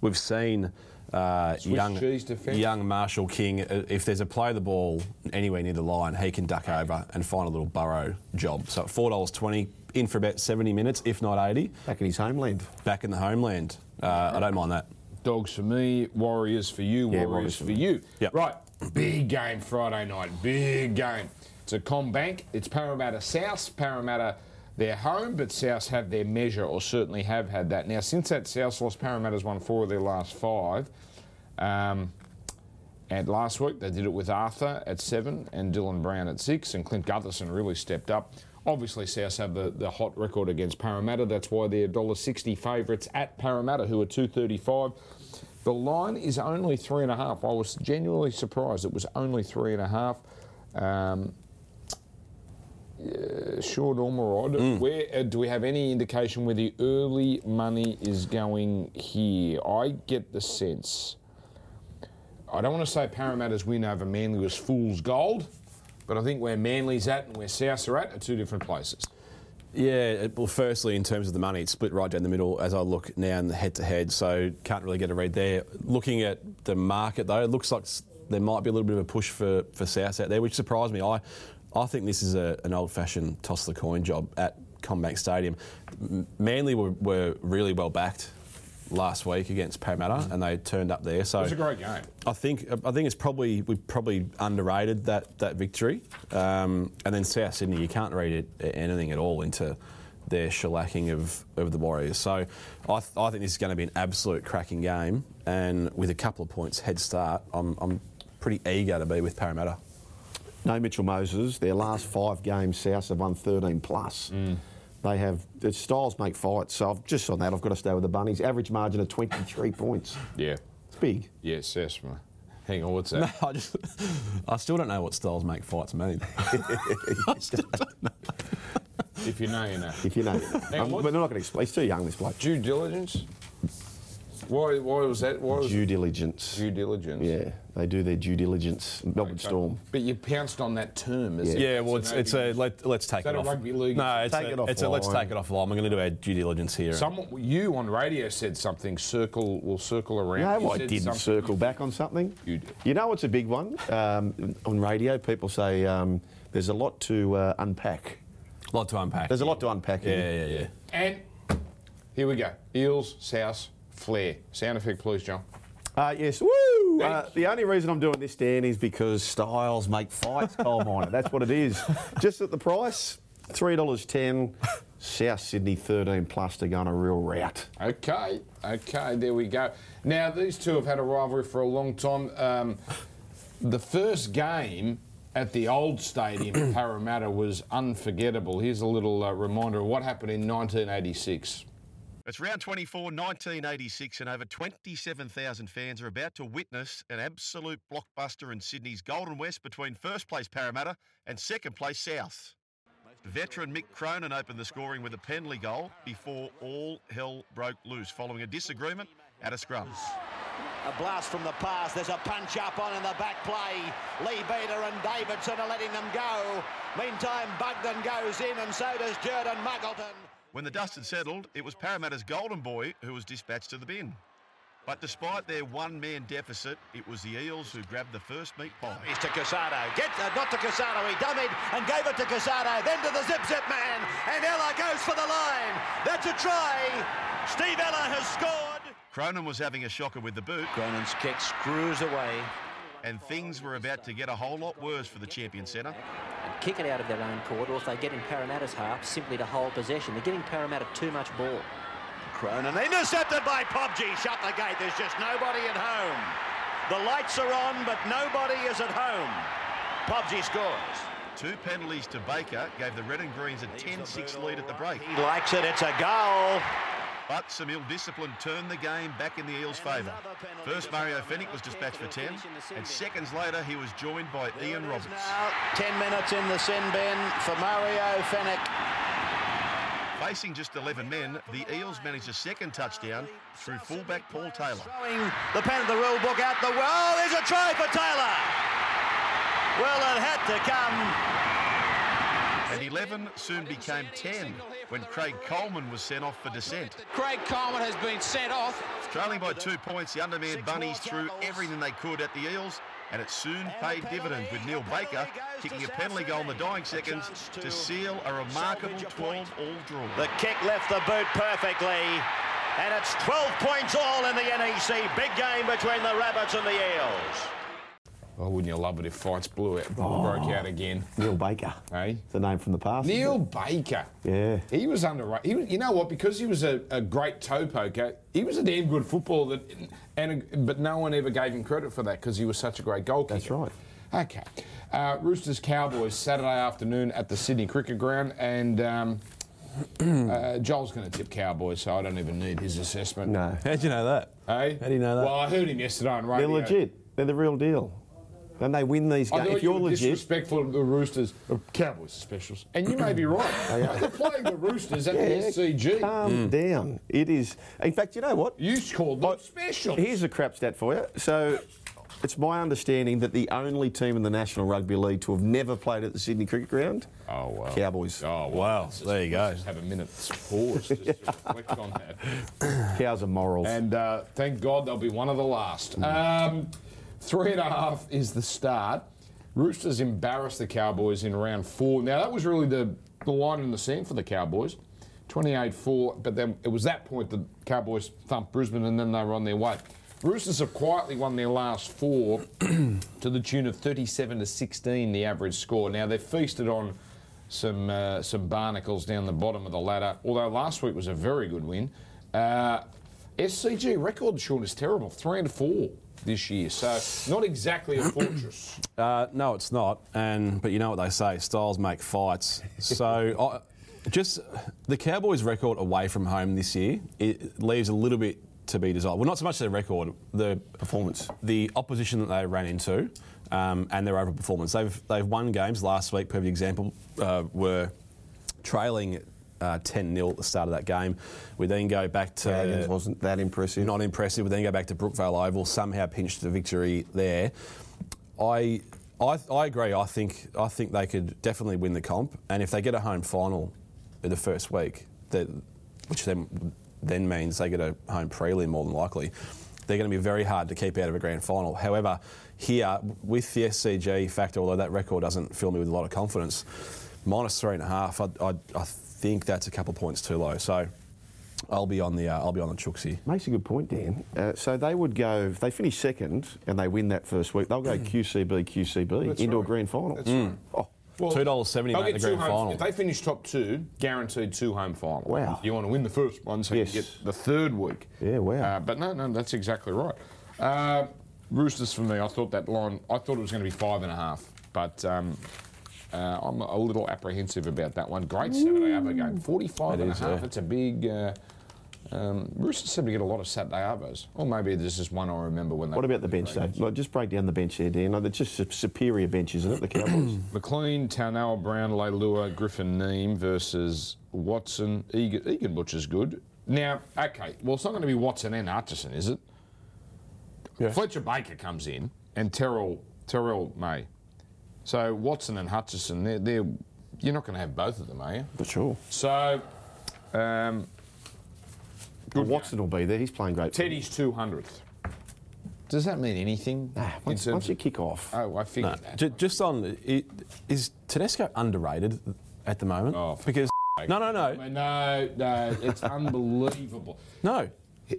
Speaker 3: we've seen. Uh, young,
Speaker 1: cheese defence.
Speaker 3: young Marshall King. uh, If there's a play of the ball anywhere near the line, he can duck over and find a little burrow job. So at four dollars twenty, in for about seventy minutes, if not eighty,
Speaker 2: back in his homeland.
Speaker 3: back in the homeland. Uh, I don't mind that.
Speaker 1: Dogs for me, Warriors for you,
Speaker 2: Yeah,
Speaker 1: Warriors
Speaker 2: Warriors
Speaker 1: for
Speaker 2: for me.
Speaker 1: you.
Speaker 3: Yep.
Speaker 1: Right, big game Friday night, big game. It's a Combank, it's Parramatta South, Parramatta their home, but South have their measure, or certainly have had that. Now, since that South loss, Parramatta's won four of their last five. Um, And last week they did it with Arthur at seven and Dylan Brown at six, and Clint Gutherson really stepped up. Obviously, South have the, the hot record against Parramatta. That's why they're $1.60 favourites at Parramatta, who are two thirty five. The line is only three and a half. I was genuinely surprised it was only three and a half. Um, uh, Short Ormerod, where uh, do we have any indication where the early money is going here? I get the sense. I don't want to say Parramatta's win over Manly was fool's gold, but I think where Manly's at and where South are at are two different places.
Speaker 3: Yeah, it- well, firstly, in terms of the money, it's split right down the middle as I look now in the head to head, so can't really get a read there. Looking at the market, though, it looks like s- there might be a little bit of a push for, for South out there, which surprised me. I, I think this is a, an old fashioned toss the coin job at Combank Stadium. M- Manly were, were really well backed last week against Parramatta, and they turned up there. So
Speaker 1: Mm. It was a great game.
Speaker 3: I think I think it's probably we probably underrated that that victory, um, and then South Sydney you can't read it, anything at all into their shellacking of, of the Warriors. So I, th- I think this is going to be an absolute cracking game, and with a couple of points head start, I'm, I'm pretty eager to be with Parramatta.
Speaker 2: No Mitchell Moses. Their last five games, South have won 13 plus.
Speaker 1: Mm.
Speaker 2: They have the styles make fights. So I've, just on that, I've got to stay with the bunnies. Average margin of 23 points.
Speaker 1: Yeah,
Speaker 2: It's big.
Speaker 1: yeah, South. were- Hang on, what's
Speaker 3: No,
Speaker 1: that?
Speaker 3: I just, I still don't know what styles make fights mean.
Speaker 1: if you know, you know.
Speaker 7: If you know,
Speaker 1: on,
Speaker 7: um, but
Speaker 1: what's-
Speaker 7: they're not going to explain. He's too young, this bloke.
Speaker 1: Due diligence. Why? Why was that? Why was
Speaker 7: Due diligence.
Speaker 1: due diligence?
Speaker 7: Yeah, they do their due diligence. Melbourne Storm.
Speaker 1: But you pounced on that term, is it?
Speaker 3: yeah, well, it's,
Speaker 1: an
Speaker 3: it's a
Speaker 1: argument.
Speaker 3: let, let's take
Speaker 1: Is that
Speaker 3: it
Speaker 1: a
Speaker 3: off.
Speaker 1: rugby league?
Speaker 3: No, it's,
Speaker 7: Take
Speaker 3: a,
Speaker 7: it
Speaker 3: it's a let's
Speaker 7: offline.
Speaker 3: take it offline. We're going to do our due diligence here.
Speaker 1: Someone, you on radio said something. Circle will circle around.
Speaker 7: No,
Speaker 1: You
Speaker 7: I
Speaker 1: said
Speaker 7: didn't
Speaker 1: something.
Speaker 7: circle back on something.
Speaker 1: You did.
Speaker 7: You know what's a big one? Um, on radio, people say um, there's a lot to uh, unpack.
Speaker 3: a lot to unpack.
Speaker 7: There's a lot to unpack
Speaker 3: Yeah,
Speaker 7: here.
Speaker 3: yeah, yeah.
Speaker 1: And here we go. Eels, Souse, Flair. Sound effect, please, John.
Speaker 7: Uh, yes, woo! Uh,
Speaker 1: Thanks.
Speaker 7: the only reason I'm doing this, Dan, is because styles make fights, coal miner. That's what it is. Just at the price, three dollars ten. South Sydney 13 plus to go on a real route.
Speaker 1: Okay, okay, there we go. Now these two have had a rivalry for a long time. Um, the first game at the old stadium in Parramatta was unforgettable. Here's a little uh, reminder of what happened in 1986.
Speaker 2: It's round 24, 1986, and over 27,000 fans are about to witness an absolute blockbuster in Sydney's Golden West between first place Parramatta and second place South. Veteran Mick Cronin opened the scoring with a penalty goal before all hell broke loose following a disagreement at a scrum.
Speaker 8: A blast from the pass. There's a punch up on in the back play. Lee Beater and Davidson are letting them go. Meantime, Bugden goes in, and so does Jordan Muggleton.
Speaker 2: When the dust had settled, it was Parramatta's golden boy who was dispatched to the bin. But despite their one man deficit, it was the Eels who grabbed the first meat pie.
Speaker 8: It's to Casado. Get uh, not to Casado. He dummied and gave it to Casado. Then to the zip zip man, and Ella goes for the line. That's a try. Steve Ella has scored.
Speaker 2: Cronin was having a shocker with the boot,
Speaker 8: Cronin's kick screws away.
Speaker 2: and things were about to get a whole lot worse for the champion centre.
Speaker 9: and kick it out of their own court, or if they get in Parramatta's half, simply to hold possession. They're giving Parramatta too much ball.
Speaker 8: Cronin intercepted by Pobji. Shut the gate. There's just nobody at home. The lights are on, but nobody is at home. Pobji scores.
Speaker 2: Two penalties to Baker gave the Red and Greens a 10-6 lead at the break,
Speaker 8: He likes it. It's a goal.
Speaker 2: but some ill-discipline turned the game back in the Eels' favour. First, Mario Fennick was dispatched for 10, and seconds later he was joined by Ian
Speaker 8: It is
Speaker 2: Roberts.
Speaker 8: Now 10 minutes in the sin bin for Mario Fennick.
Speaker 2: Facing just 11 men, the Eels managed a second touchdown through fullback Paul Taylor.
Speaker 8: Throwing the pen of the rule book out the well. There's a try for Taylor. Well, it had to come.
Speaker 2: And 11 soon became 10 when Craig Coleman was sent off for dissent.
Speaker 5: Craig Coleman has been sent off.
Speaker 2: Trailing by two points, the underman Bunnies threw everything they could at the Eels, and it soon paid dividends with Neil Baker kicking a penalty goal in the dying seconds to seal a remarkable 12-all draw.
Speaker 8: The kick left the boot perfectly. And it's 12 points all in the NEC. Big game between the Rabbits and the Eels.
Speaker 1: Oh, wouldn't you love it if fights blew out, broke out again?
Speaker 7: Oh. Neil Baker.
Speaker 1: Hey?
Speaker 7: It's the name from the past. isn't
Speaker 1: Neil
Speaker 7: it?
Speaker 1: Baker.
Speaker 7: Yeah.
Speaker 1: He was underrated. He was, you know what? Because he was a, a great toe poker, he was a damn good footballer. That, and but no one ever gave him credit for that because he was such a great goal kicker.
Speaker 7: That's right.
Speaker 1: Okay. Uh, Roosters Cowboys Saturday afternoon at the Sydney Cricket Ground, and um, uh, Joel's going to tip Cowboys, so I don't even need his assessment.
Speaker 7: No.
Speaker 3: How'd you know that?
Speaker 1: Hey?
Speaker 3: How do you know that?
Speaker 1: Well, I heard him yesterday on
Speaker 7: They're
Speaker 1: radio.
Speaker 7: legit. They're the real deal. And they win these
Speaker 1: I
Speaker 7: games.
Speaker 1: thought
Speaker 7: If
Speaker 1: you
Speaker 7: you're
Speaker 1: were
Speaker 7: legit,
Speaker 1: disrespectful to the Roosters, or Cowboys specials, and you may be right. They're playing the Roosters at the SCG.
Speaker 7: calm down. It is. In fact, you know what?
Speaker 1: You called them special.
Speaker 7: Here's a crap stat for you. So, it's my understanding that the only team in the National Rugby League to have never played at the Sydney Cricket Ground,
Speaker 1: Oh wow.
Speaker 7: Cowboys.
Speaker 1: Oh
Speaker 3: Wow, there you go.
Speaker 1: Just have a minute's pause just to reflect on that.
Speaker 7: Cows are morals.
Speaker 1: And uh, thank God they'll be one of the last. Um, three and a half is the start. Roosters embarrassed the Cowboys in round four. Now that was really the, the line in the sand for the Cowboys. 28-4, but then it was that point that Cowboys thumped Brisbane and then they were on their way. Roosters have quietly won their last four to the tune of 37 to 16, the average score. Now they've feasted on some uh, some barnacles down the bottom of the ladder. Although last week was a very good win. Uh, SCG record, Sean, is terrible. Three and four this year, so not exactly a fortress.
Speaker 3: Uh, no, it's not. And but you know what they say: styles make fights. So, I, just the Cowboys' record away from home this year it leaves a little bit to be desired. Well, not so much their record, the performance, the opposition that they ran into, um, and their overall performance. They've they've won games last week. Perfect example uh, were trailing. 10 0 at the start of that game. We then go back to.
Speaker 1: uh,
Speaker 2: Dragons wasn't that impressive.
Speaker 3: Not impressive. We then go back to Brookvale Oval, somehow pinched the victory there. I, I, I agree. I think I think they could definitely win the comp, and if they get a home final in the first week, that which then then means they get a home prelim more than likely. They're going to be very hard to keep out of a grand final. However, here with the SCG factor, although that record doesn't fill me with a lot of confidence, minus three and a half, I, I, I think that's a couple of points too low. So I'll be on the uh, I'll be on the Chooksy.
Speaker 2: Makes a good point, Dan. Uh, so they would go if they finish second and they win that first week, they'll go QCB QCB
Speaker 1: Mm. That's
Speaker 2: into a
Speaker 1: right.
Speaker 2: grand final.
Speaker 1: That's Mm. right.
Speaker 2: Oh,
Speaker 3: Two dollars seventy
Speaker 1: They'll
Speaker 3: mate in the
Speaker 1: get two
Speaker 3: grand
Speaker 1: home,
Speaker 3: final.
Speaker 1: If they finish top two, guaranteed two home final.
Speaker 2: Wow.
Speaker 1: You want to win the first one so
Speaker 2: Yes.
Speaker 1: you get the third week.
Speaker 2: Yeah, wow.
Speaker 1: Uh, but no, no, that's exactly right. Uh, Roosters for me, I thought that line, I thought it was going to be five and a half, but um, uh, I'm a little apprehensive about that one. Great Saturday Arvo game, 45
Speaker 3: It
Speaker 1: and
Speaker 3: is,
Speaker 1: a half.
Speaker 3: yeah.
Speaker 1: It's a big. Uh, um, Roosters seem to get a lot of Saturday Arvos. Or maybe this is one I remember when they.
Speaker 2: what about the bench though? Like, just break down the bench there, Dan. Like, they're just su- superior bench, isn't it? The Cowboys.
Speaker 1: McLean, Taunawa, Brownlow, Lua, Griffin, Neem versus Watson. Egan, Egan Butcher's good. Now, okay, well, it's not going to be Watson and Hutchison, is it? Fletcher Baker comes in and Terrell, Terrell May. So Watson and Hutchison, they're, they're, you're not going to have both of them, are you?
Speaker 2: but sure.
Speaker 1: So, um,
Speaker 2: Well, Watson will be there. He's playing great.
Speaker 1: Teddy's 200th. Does that mean anything?
Speaker 2: Nah,
Speaker 1: in
Speaker 2: Ah, once,
Speaker 1: terms
Speaker 2: once you
Speaker 1: of-
Speaker 2: kick off,
Speaker 1: oh, I
Speaker 3: No,
Speaker 1: figured that.
Speaker 3: ju- just on i- is Tedesco underrated at the moment?
Speaker 1: Oh, for
Speaker 3: because no, no, no,
Speaker 1: No, no, it's unbelievable.
Speaker 3: no.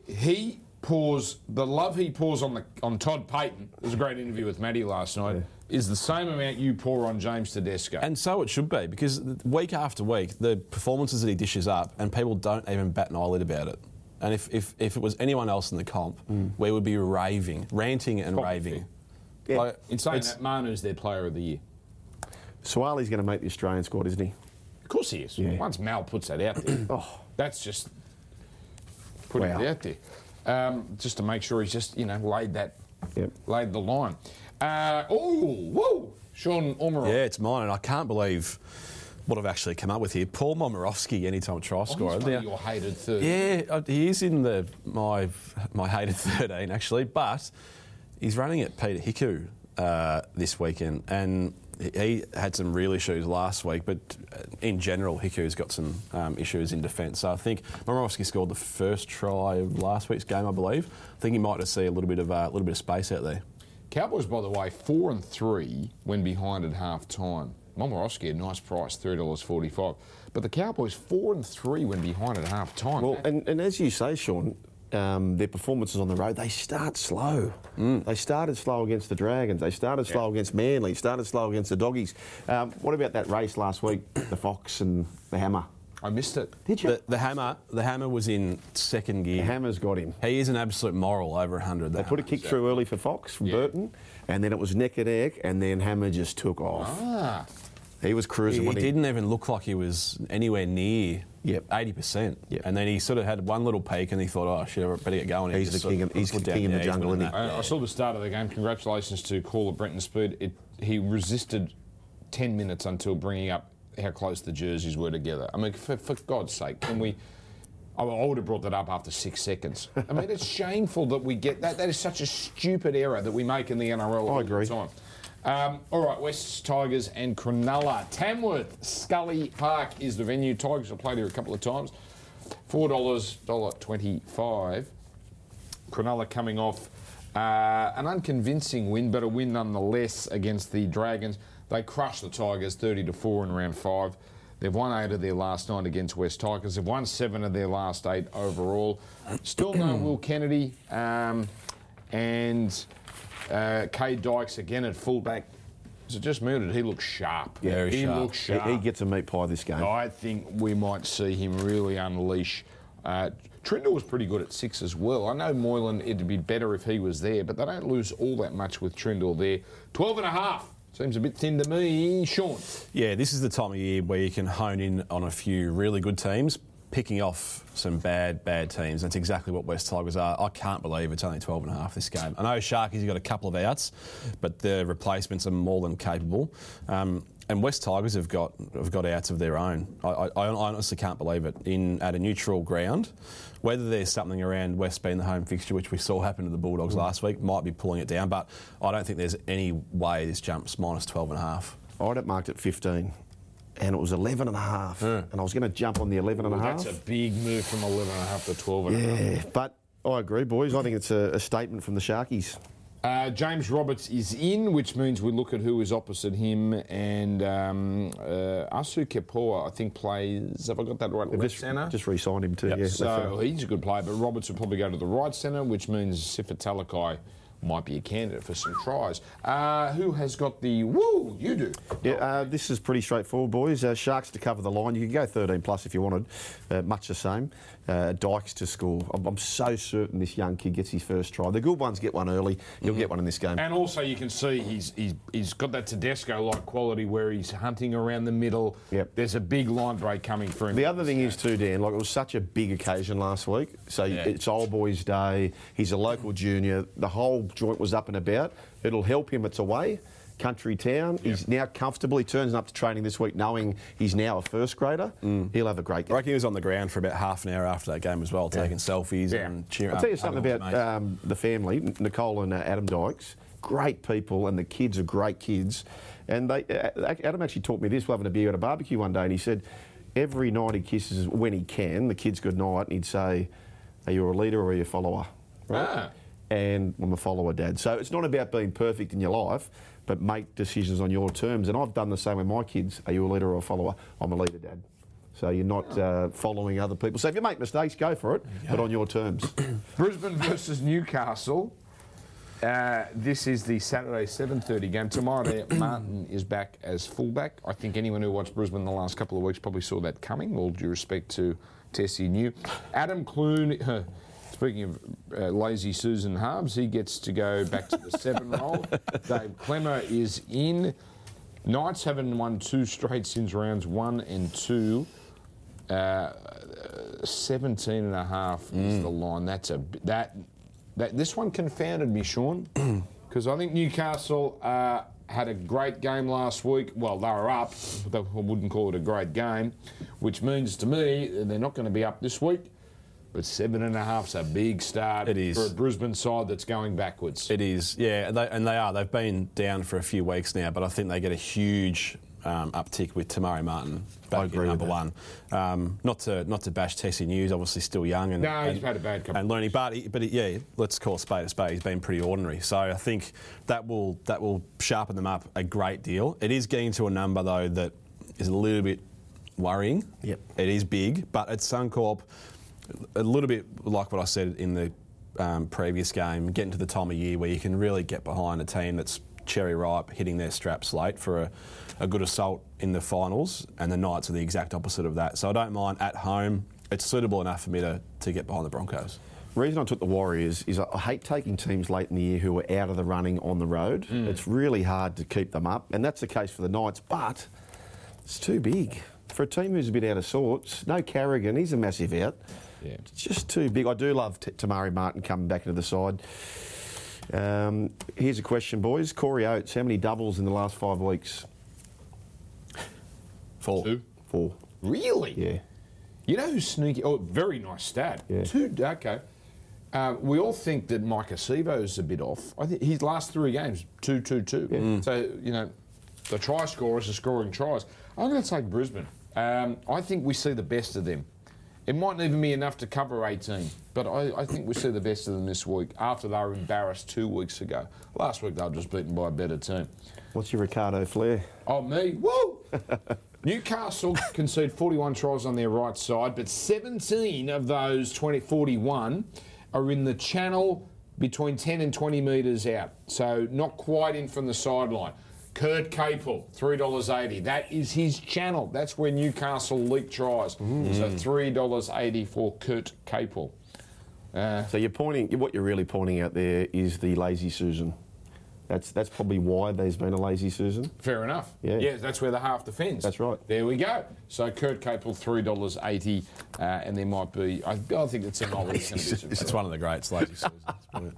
Speaker 1: he pours the love he pours on the on Todd Payton. It was a great interview with Maddie last night. Is the same amount you pour on James Tedesco.
Speaker 3: And so it should be because week after week, the performances that he dishes up, and people don't even bat an eyelid about it. And if, if, if it was anyone else in the comp, we would be raving, ranting and
Speaker 1: Hmm. Probably.
Speaker 3: raving.
Speaker 2: Yeah.
Speaker 3: Like,
Speaker 1: in saying
Speaker 3: it's-
Speaker 1: that, Manu's their player of the year.
Speaker 2: Swali's going to make the Australian squad, isn't he?
Speaker 1: Of course he is.
Speaker 2: Yeah.
Speaker 1: Once Mal puts that out there,
Speaker 2: Oh.
Speaker 1: that's just putting
Speaker 2: Wow.
Speaker 1: it out there. Um, just to make sure he's just, you know, laid that,
Speaker 2: Yep.
Speaker 1: laid the line. Uh, oh, whoa! Sean Ormerod.
Speaker 3: Yeah, it's mine, and I can't believe what I've actually come up with here. Paul Momorowski, anytime try
Speaker 1: Oh, he's
Speaker 3: scorer.
Speaker 1: one of
Speaker 3: Now-
Speaker 1: your hated third.
Speaker 3: Yeah, uh, he is in the my my hated 13 actually, but he's running at Peter Hiku uh, this weekend, and he had some real issues last week. But uh, in general, Hiku's got some um, issues in defence. So I think Momorowski scored the first try of last week's game, I believe. I think he might just see a little bit of uh, a little bit of space out there.
Speaker 1: Cowboys, by the way, four and three when behind at half time. Momorowski, a nice price, three dollars forty-five. But the Cowboys four and three when behind at half time.
Speaker 2: Well, and, and as you say, Sean, um, their performances on the road, they start slow.
Speaker 3: Mm.
Speaker 2: They started slow against the Dragons. They started slow against Manly. Started slow against the Doggies. Um, what about that race last week, the Fox and the Hammer?
Speaker 1: I missed it.
Speaker 2: Did
Speaker 3: The, the hammer, the hammer was in second
Speaker 2: The
Speaker 3: gear.
Speaker 2: Hammer's got him.
Speaker 3: He is an absolute moral over 100.
Speaker 2: They put a kick through early for Fox from Burton, and then it was neck and neck, and then Hammer just took off.
Speaker 1: Ah,
Speaker 2: He was cruising.
Speaker 3: He,
Speaker 2: when
Speaker 3: didn't even look like he was anywhere near
Speaker 2: Yep.
Speaker 3: 80%.
Speaker 2: Yep.
Speaker 3: And then he sort of had one little peak and he thought, oh, shit, I better get going.
Speaker 2: He's
Speaker 3: He just
Speaker 2: the
Speaker 3: sort
Speaker 2: king of- he's
Speaker 3: put
Speaker 2: the
Speaker 3: down,
Speaker 2: king of the
Speaker 3: he's
Speaker 2: jungle,
Speaker 3: winning
Speaker 2: isn't
Speaker 1: I,
Speaker 3: that.
Speaker 1: I saw the start of the game. Congratulations to caller Brenton Speed. It, he resisted ten minutes until bringing up how close the jerseys were together. I mean, for, for God's sake, can we? I would have brought that up after six seconds. I mean, it's shameful that we get that. That is such a stupid error that we make in the NRL all
Speaker 2: agree.
Speaker 1: the time. Um, all right, West Tigers and Cronulla. Tamworth, Scully Park is the venue. Tigers have played here a couple of times. Four dollars, dollar twenty-five. Cronulla coming off uh, an unconvincing win, but a win nonetheless against the Dragons. They crushed the Tigers 30 to 4 in round five. They've won eight of their last nine against West Tigers. They've won seven of their last eight overall. Still no Will Kennedy. Um, and uh, Kay Dykes again at fullback. Is it just me or did he look sharp?
Speaker 3: Yeah, very
Speaker 1: he
Speaker 3: sharp.
Speaker 1: looks
Speaker 2: he,
Speaker 1: sharp.
Speaker 2: he gets a meat pie this
Speaker 3: Oh,
Speaker 2: game.
Speaker 1: I think we might see him really unleash. Uh, Trindle was pretty good at six as well. I know Moylan, it'd be better if he was there, but they don't lose all that much with Trindle there. 12 and a half. Seems a bit thin to me. Sean.
Speaker 3: Yeah, this is the time of year where you can hone in on a few really good teams, picking off some bad, bad teams. That's exactly what West Tigers are. I can't believe it's only 12 and a half this game. I know Sharkies have got a couple of outs, but their replacements are more than capable. Um, and West Tigers have got have got outs of their own. I, I, I honestly can't believe it. In at a neutral ground, whether there's something around West being the home fixture, which we saw happen to the Bulldogs last week, might be pulling it down. But I don't think there's any way this jumps minus 12 and a half.
Speaker 8: I had it marked at 15 and it was 11 and a half. And I was going to jump on the 11 and a half.
Speaker 1: That's a big move from 11 and a half to 12 and a half.
Speaker 8: Yeah, but I agree, boys. I think it's a, a statement from the Sharkies.
Speaker 1: Uh, James Roberts is in, which means we look at who is opposite him. And um, uh, Asu Kepoa, I think, plays. Have I got that right?
Speaker 8: They've
Speaker 1: Left
Speaker 8: just,
Speaker 1: centre.
Speaker 8: just re-signed him too. Yeah, left
Speaker 1: so
Speaker 8: centre.
Speaker 1: he's a good player, but Roberts would probably go to the right centre, which means Sifa Talakai might be a candidate for some tries. Uh, who has got the woo? You do.
Speaker 8: yeah, uh, this is pretty straightforward, boys. Uh, Sharks to cover the line. You can go 13 plus if you wanted. Uh, much the same. Uh, Dykes to score. I'm, I'm so certain this young kid gets his first try. The good ones get one early. He'll get one in this game.
Speaker 1: Mm-hmm. And also, you can see he's he's, he's got that Tedesco-like quality where he's hunting around the middle.
Speaker 8: Yep.
Speaker 1: There's a big line break coming for him.
Speaker 8: The other thing is too, Dan. Like it was such a big occasion last week. So it's Old Boys Day. He's a local junior. The whole joint was up and about. It'll help him. It's away, country town. He's now comfortable. He turns up to training this week, knowing he's now a first grader. He'll have a great
Speaker 3: I
Speaker 8: game.
Speaker 3: reckon he was on the ground for about half an hour after that game as well, taking selfies
Speaker 1: Yeah.
Speaker 3: and cheering.
Speaker 8: I'll tell you something
Speaker 3: hugging
Speaker 8: about
Speaker 3: his mates.
Speaker 8: um, the family, N- Nicole and uh, Adam Dykes. Great people, and the kids are great kids. And they, uh, ac- Adam actually taught me this. We're having a beer at a barbecue one day, and he said, every night he kisses when he can the kids good night, and he'd say, "Are you a leader or are you a follower?" Right?
Speaker 1: Ah.
Speaker 8: And I'm a follower, Dad. So it's not about being perfect in your life, but make decisions on your terms. And I've done the same with my kids. Are you a leader or a follower? I'm a leader, Dad. So you're not uh, following other people. So if you make mistakes, go for it, but on your terms.
Speaker 1: Brisbane versus Newcastle. Uh, this is the Saturday 7:30 game. Tomorrow, night, Martin is back as fullback. I think anyone who watched Brisbane the last couple of weeks probably saw that coming. All due respect to Tessie New, Adam Clune. uh, speaking of uh, lazy Susan Harbs, he gets to go back to the seven role. Dave Clemmer is in. Knights haven't won two straight since rounds one and two. Uh, 17 and a half
Speaker 3: Mm.
Speaker 1: is the line. That's a b- that that this one confounded me, Sean, because I think Newcastle uh, had a great game last week. Well, they were up. but I wouldn't call it a great game, which means to me that they're not going to be up this week. But seven and a half's a big start
Speaker 3: It is.
Speaker 1: for a Brisbane side that's going backwards.
Speaker 3: It is, yeah, and they, and they are. They've been down for a few weeks now, but I think they get a huge um, uptick with Tamari Martin
Speaker 8: I
Speaker 3: back
Speaker 8: agree
Speaker 3: in
Speaker 8: with
Speaker 3: number one.
Speaker 8: that.
Speaker 3: Um, not to not to bash Tessie News, obviously still young and,
Speaker 1: No, he's
Speaker 3: and
Speaker 1: had a bad couple
Speaker 3: and learning, but he, but he- yeah, let's call a spade a spade. He's been pretty ordinary, so I think that will that will sharpen them up a great deal. It is getting to a number though that is a little bit worrying.
Speaker 8: Yep.
Speaker 3: It is big, but at Suncorp, a little bit like what I said in the um, previous game, getting to the time of year where you can really get behind a team that's cherry ripe, hitting their straps late for a, a good assault in the finals, and the Knights are the exact opposite of that. So I don't mind at home. It's suitable enough for me to, to get behind the Broncos.
Speaker 8: reason I took the Warriors is I I hate taking teams late in the year who are out of the running on the road.
Speaker 1: Mm.
Speaker 8: It's really hard to keep them up, and that's the case for the Knights, but it's too big. For a team who's a bit out of sorts, no Carrigan, he's a massive out.
Speaker 1: Yeah.
Speaker 8: It's just too big. I do love T- Tamari Martin coming back into the side. Um, here's a question, boys. Corey Oates, how many doubles in the last five weeks?
Speaker 3: Four.
Speaker 1: Two.
Speaker 8: Four.
Speaker 1: Really?
Speaker 8: Yeah.
Speaker 1: You know who's sneaky? Oh, very nice stat.
Speaker 8: Yeah.
Speaker 1: Two. Okay. Uh, we all think that Mike Acevo's a bit off. I think his last three games, two, two, two. So you know, the try scorers are scoring tries. I'm going to take Brisbane. Um, I think we see the best of them. It mightn't even be enough to cover 18, but I, I think we see the best of them this week after they were embarrassed two weeks ago. Last week they were just beaten by a better team.
Speaker 8: What's your Ricardo flair?
Speaker 1: Oh, me. Woo! Newcastle concede 41 tries on their right side, but 17 of those 20, 41 are in the channel between 10 and 20 metres out. So not quite in from the sideline. Kurt Capel, $3.80. That is his channel. That's where Newcastle leak tries. So $3.80 for Kurt Capel.
Speaker 8: So you're pointing. What you're really pointing out there is the lazy Susan. That's that's probably why there's been a lazy season.
Speaker 1: Fair enough.
Speaker 8: Yeah.
Speaker 1: that's where the half defends.
Speaker 8: That's right.
Speaker 1: There we go. So Kurt Capel, three dollars eighty, uh, and there might be. I, I think it's a novel. It's, gonna be some-
Speaker 3: It's one of the greats, lazy Susan. It's brilliant.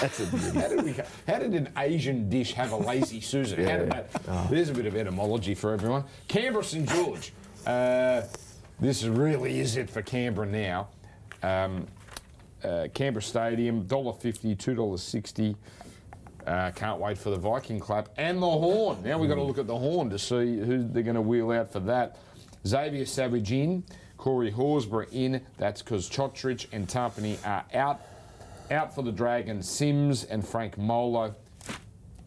Speaker 8: That's a beauty.
Speaker 1: How did, we, how did an Asian dish have a lazy Susan? How did that,
Speaker 8: Oh.
Speaker 1: There's a bit of etymology for everyone. Canberra St George. Uh, this really is it for Canberra now. Um, uh, Canberra Stadium, $1.50, $2.60. Uh, can't wait for the Viking clap and the horn. Now we've got to look at the horn to see who they're going to wheel out for that. Xavier Savage in, Corey Horsburgh in. That's because Chotrich and Tarpany are out. Out for the Dragons, Sims and Frank Molo.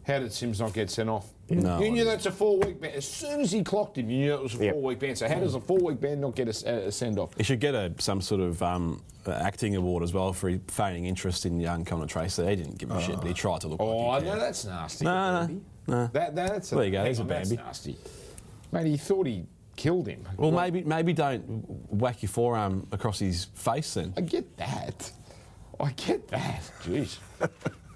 Speaker 1: How did Sims not get sent off?
Speaker 3: No.
Speaker 1: you knew that's a four week ban. As soon as he clocked him, you knew it was a
Speaker 8: Yep.
Speaker 1: four week ban. So, how does a four week ban not get a s- a, send off?
Speaker 3: He should get a, some sort of um, uh, acting award as well for feigning interest in young Conan Tracy. He didn't give a shit, but he tried to look
Speaker 1: Oh,
Speaker 3: like he
Speaker 1: no,
Speaker 3: cared.
Speaker 1: that's nasty.
Speaker 3: No, no, no.
Speaker 1: That, that's
Speaker 3: There you go,
Speaker 1: hang
Speaker 3: there's a
Speaker 1: on, That's
Speaker 3: Bambi.
Speaker 1: nasty. Mate, he thought he killed him.
Speaker 3: Well, maybe maybe don't whack your forearm across his face then.
Speaker 1: I get that. I get that. Jeez.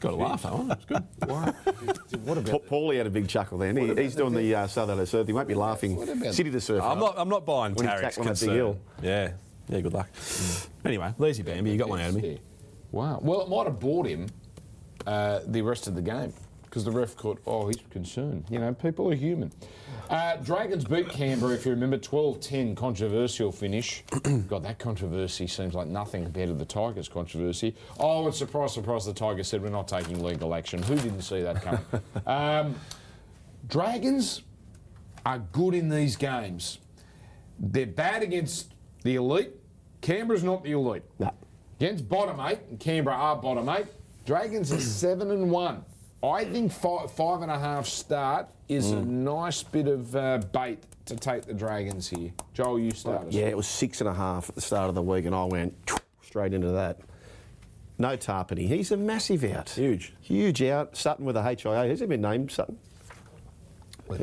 Speaker 3: Got to laugh, that one. It's good.
Speaker 1: Why? what
Speaker 8: Pa-
Speaker 1: about
Speaker 8: Paulie had a big chuckle then. He, he's doing the uh, South Adelaide Surf. He won't be laughing.
Speaker 1: What about-
Speaker 8: City to Surf.
Speaker 3: I'm not. I'm not buying
Speaker 8: When he
Speaker 3: Tarek's
Speaker 8: tackled him at the
Speaker 3: concern.
Speaker 8: hill.
Speaker 3: Yeah. Yeah. Good luck. Mm. Anyway, lazy Bambi. You got one out of me.
Speaker 1: Yeah. Wow. Well, it might have bought him uh, the rest of the game because the ref caught, oh, he's concerned. You know, people are human. Uh, Dragons beat Canberra, if you remember, 12 10, controversial finish. God, that controversy seems like nothing compared to the Tigers' controversy. Oh, and surprise, surprise, the Tigers said we're not taking legal action. Who didn't see that coming? um, Dragons are good in these games. They're bad against the elite. Canberra's not the elite.
Speaker 8: No.
Speaker 1: Against bottom eight, and Canberra are bottom eight. Dragons are seven and one. I think five, five and a half start is
Speaker 8: Mm.
Speaker 1: a nice bit of uh, bait to take the Dragons here. Joel, you start. us.
Speaker 8: Yeah, it was six and a half at the start of the week, and I went straight into that. No Tarpany. He's a massive out.
Speaker 3: Huge.
Speaker 8: Huge out. Sutton with a HIA. Has he been named Sutton?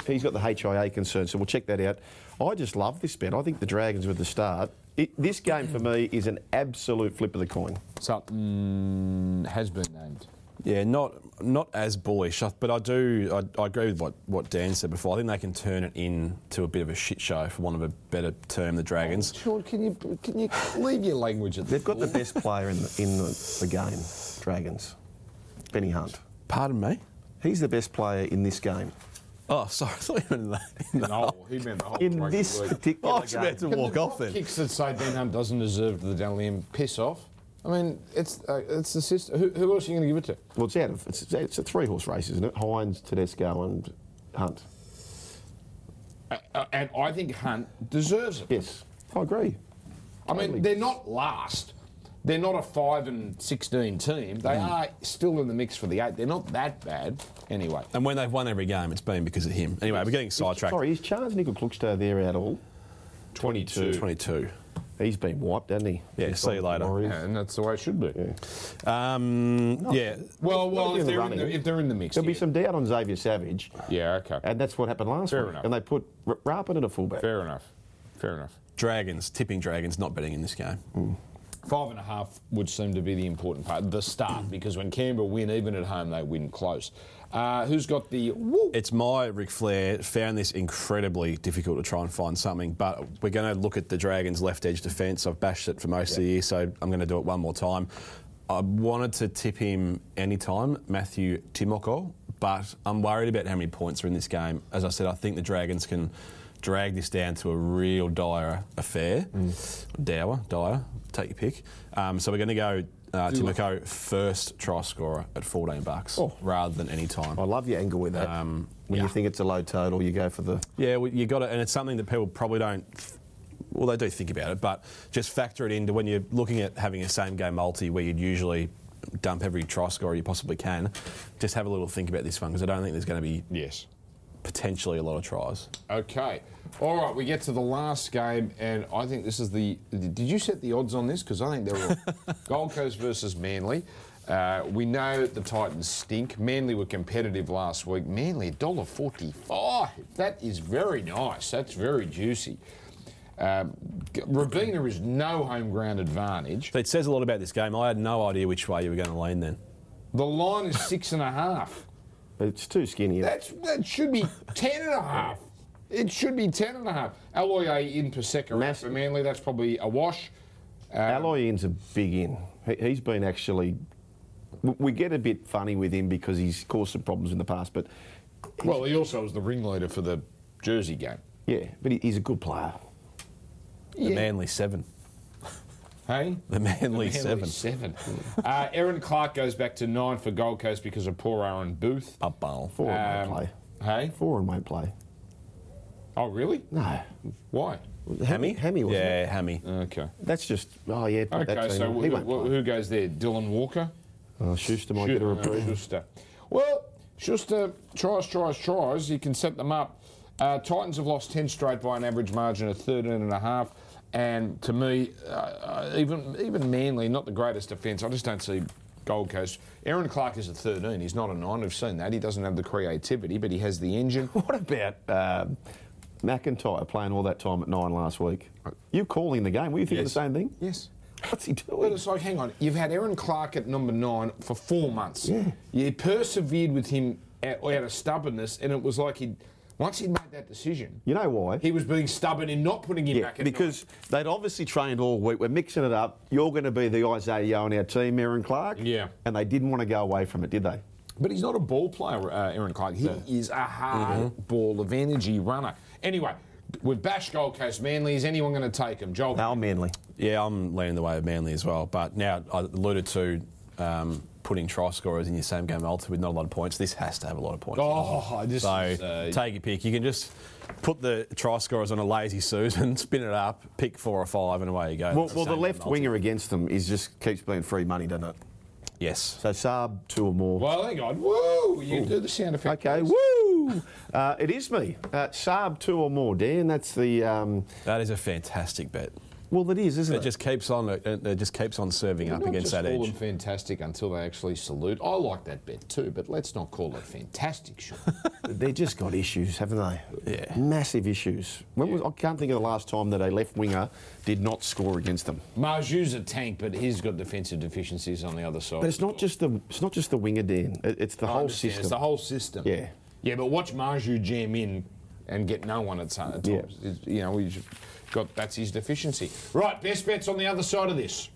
Speaker 8: He's got the HIA concern, so we'll check that out. I just love this bet. I think the Dragons with the start. It, this game for me is an absolute flip of the coin.
Speaker 1: Sutton has been named.
Speaker 3: Yeah, not not as bullish, I- but I do I, I agree with what, what Dan said before. I think they can turn it into a bit of a shit show, for want of a better term. The Dragons.
Speaker 1: Sean, can you can you leave your language at
Speaker 8: They've got the
Speaker 1: door?
Speaker 8: best player in the, in the, the game, Dragons. Benny Hunt.
Speaker 3: Pardon me.
Speaker 8: He's the best player in this game.
Speaker 3: Oh, sorry. I thought you meant in the,
Speaker 1: No, he meant the whole
Speaker 8: In
Speaker 1: rugby
Speaker 8: this
Speaker 1: league.
Speaker 8: particular
Speaker 3: I was
Speaker 8: game.
Speaker 3: about to
Speaker 1: Can
Speaker 3: walk
Speaker 1: the
Speaker 3: off then.
Speaker 1: Kicks that say Ben Hunt doesn't deserve the Dunleam. Piss off. I mean, it's uh, it's the system. Who, who else are you going to give it to?
Speaker 8: Well, it's out of it's, it's a three horse race, isn't it? Hines, Tedesco, and Hunt.
Speaker 1: Uh, and I think Hunt deserves it.
Speaker 8: Yes, I agree.
Speaker 1: I mean, they're not last. They're not a five and sixteen team. They are still in the mix for the eight. They're not that bad anyway.
Speaker 3: and when they've won every game, it's been because of him. Anyway, we're getting sidetracked.
Speaker 8: Sorry, is Charles Nickel Cluckstow there at all?
Speaker 1: Twenty-two.
Speaker 3: Twenty-two.
Speaker 8: He's been wiped, hasn't he?
Speaker 3: Yeah,
Speaker 8: He's
Speaker 3: see you
Speaker 8: gone to
Speaker 3: later.
Speaker 8: the Warriors.
Speaker 1: Yeah, and that's the way it should be.
Speaker 3: Um, yeah.
Speaker 1: Well, well,
Speaker 8: Well, they're
Speaker 1: if
Speaker 8: in the
Speaker 1: they're, in the,
Speaker 8: running.
Speaker 1: if they're in the mix,
Speaker 8: There'll be
Speaker 1: yeah.
Speaker 8: some doubt on Xavier Savage,
Speaker 1: Yeah, okay.
Speaker 8: and that's what happened last
Speaker 1: Fair
Speaker 8: week.
Speaker 1: enough.
Speaker 8: And they put R- Rapin at a fullback.
Speaker 1: Fair enough. Fair enough.
Speaker 3: Dragons tipping Dragons not betting in this game.
Speaker 1: Five and a half would seem to be the important part, the start, because when Canberra win, even at home, they win close. Uh, who's got the woo?
Speaker 3: It's my Ric Flair. Found this incredibly difficult to try and find something, but we're going to look at the Dragons' left edge defence. I've bashed it for most of the year, so I'm going to do it one more time. I wanted to tip him anytime, Matthew Timoko, but I'm worried about how many points are in this game. As I said, I think the Dragons can drag this down to a real dire affair. Dour, dire, take your pick. Um, so we're going to go uh, Timoko first try scorer at 14 bucks rather than any time.
Speaker 8: I love your angle with that.
Speaker 3: Um,
Speaker 8: when you
Speaker 3: yeah.
Speaker 8: think it's a low total, you go for the.
Speaker 3: Yeah, well, you got it, and it's something that people probably don't. Well, they do think about it, but just factor it into when you're looking at having a same game multi where you'd usually dump every try scorer you possibly can. Just have a little think about this one because I don't think there's going to be
Speaker 1: Yes.
Speaker 3: potentially a lot of tries.
Speaker 1: Okay. All right, we get to the last game, and I think this is the. Did you set the odds on this? Because I think they're all. Gold Coast versus Manly. Uh, we know the Titans stink. Manly were competitive last week. Manly, $1.45. That is very nice. That's very juicy. Um, G- Rabina is no home ground advantage.
Speaker 3: So it says a lot about this game. I had no idea which way you were going to lean then.
Speaker 1: The line is six and a half.
Speaker 8: It's too skinny.
Speaker 1: That's, that should be ten and a half. It should be ten and a half. Alloy A in per second
Speaker 8: Mass-
Speaker 1: for Manly. That's probably a wash. um,
Speaker 8: Alloy In's a big in. He, he's been actually. w- We get a bit funny with him because he's caused some problems in the past, but
Speaker 1: Well, he also was the ringleader for the Jersey game.
Speaker 8: yeah, but he, he's a good player.
Speaker 3: The Manly seven.
Speaker 1: Hey?
Speaker 3: The Manly, seven.
Speaker 1: seven. uh, Aaron Clark goes back to nine for Gold Coast because of poor Aaron Booth.
Speaker 3: Up bowl.
Speaker 8: Four
Speaker 1: Um,
Speaker 8: won't play.
Speaker 1: Hey?
Speaker 8: Four won't play.
Speaker 1: Oh, really?
Speaker 8: No.
Speaker 1: Why?
Speaker 3: Hammy?
Speaker 8: Hammy was
Speaker 3: Yeah, Hammy.
Speaker 1: Okay.
Speaker 8: That's just. Oh yeah. put that
Speaker 1: Okay,
Speaker 8: team
Speaker 1: so
Speaker 8: on.
Speaker 1: wh-
Speaker 8: he
Speaker 1: who,
Speaker 8: won't play.
Speaker 1: who goes there? Dylan Walker?
Speaker 8: Oh, Schuster might
Speaker 1: Schu-
Speaker 8: get a reprieve.
Speaker 1: uh, Schuster. Well, Schuster tries, tries, tries. You can set them up. Uh, Titans have lost 10 straight by an average margin of 13 and a half. And to me, uh, uh, even even Manly, not the greatest defence. I just don't see Gold Coast. Aaron Clark is a 13. He's not a 9. We've seen that. He doesn't have the creativity, but he has the engine.
Speaker 8: What about um McIntyre playing all that time at nine last week? You calling the game? Were you thinking
Speaker 1: Yes.
Speaker 8: the same thing?
Speaker 1: Yes.
Speaker 8: What's he
Speaker 1: But
Speaker 8: doing?
Speaker 1: it's like, hang on, you've had Aaron Clark at number nine for four months. You persevered with him out, out of stubbornness, and it was like he, once he'd made that decision,
Speaker 8: You know why?
Speaker 1: he was being stubborn in not putting him
Speaker 8: Yeah,
Speaker 1: back. At
Speaker 8: because they'd obviously trained all week. We're mixing it up. You're going to be the Isaiah Yo on our team, Aaron Clark.
Speaker 1: Yeah.
Speaker 8: And they didn't want to go away from it, did they?
Speaker 1: nine. but he's not a ball player, uh, Aaron Clark. He is a hard ball of energy runner. Anyway, with Bash Gold Coast Manly, is anyone going to take him? Joel.
Speaker 8: They were manly.
Speaker 3: Yeah, I'm leaning the way of Manly as well. But now I alluded to um, putting try scorers in your same game multi with not a lot of points. This has to have a lot of points.
Speaker 1: Oh, this
Speaker 3: so
Speaker 1: is, uh,
Speaker 3: take your pick. You can just put the try scorers on a lazy Susan, spin it up, pick four or five, and away you go.
Speaker 8: Well,
Speaker 3: It's
Speaker 8: well the
Speaker 3: same
Speaker 8: left
Speaker 3: game multi.
Speaker 8: winger against them is just keeps being free money, doesn't it?
Speaker 3: Yes.
Speaker 8: So Saab, two or more.
Speaker 1: Well, hang on. Woo! You do the sound effect.
Speaker 8: Okay,
Speaker 1: please.
Speaker 8: woo! Uh, it is me. Uh, Saab, two or more, Dan. That's the. Um,
Speaker 3: That is a fantastic bet.
Speaker 8: well, it is, isn't
Speaker 3: It just keeps on. It, it just keeps on serving up
Speaker 1: Not
Speaker 3: against
Speaker 1: just
Speaker 3: that
Speaker 1: call
Speaker 3: edge.
Speaker 1: them fantastic until they actually salute. I like that bet too, but let's not call it fantastic, Sean.
Speaker 8: They've just got issues, haven't they?
Speaker 3: Yeah.
Speaker 8: Massive issues. When was, I can't think of the last time that a left winger did not score against them.
Speaker 1: Marju's a tank, but he's got defensive deficiencies on the other side.
Speaker 8: But it's not just the it's not just the winger, Dan. It- It's the
Speaker 1: I
Speaker 8: whole
Speaker 1: understand,
Speaker 8: system.
Speaker 1: It's the whole system.
Speaker 8: Yeah.
Speaker 1: Yeah, but watch Marju jam in and get no one at some- at
Speaker 8: Yeah.
Speaker 1: times. It's- You know, we've got that's his deficiency. Right, best bets on the other side of this.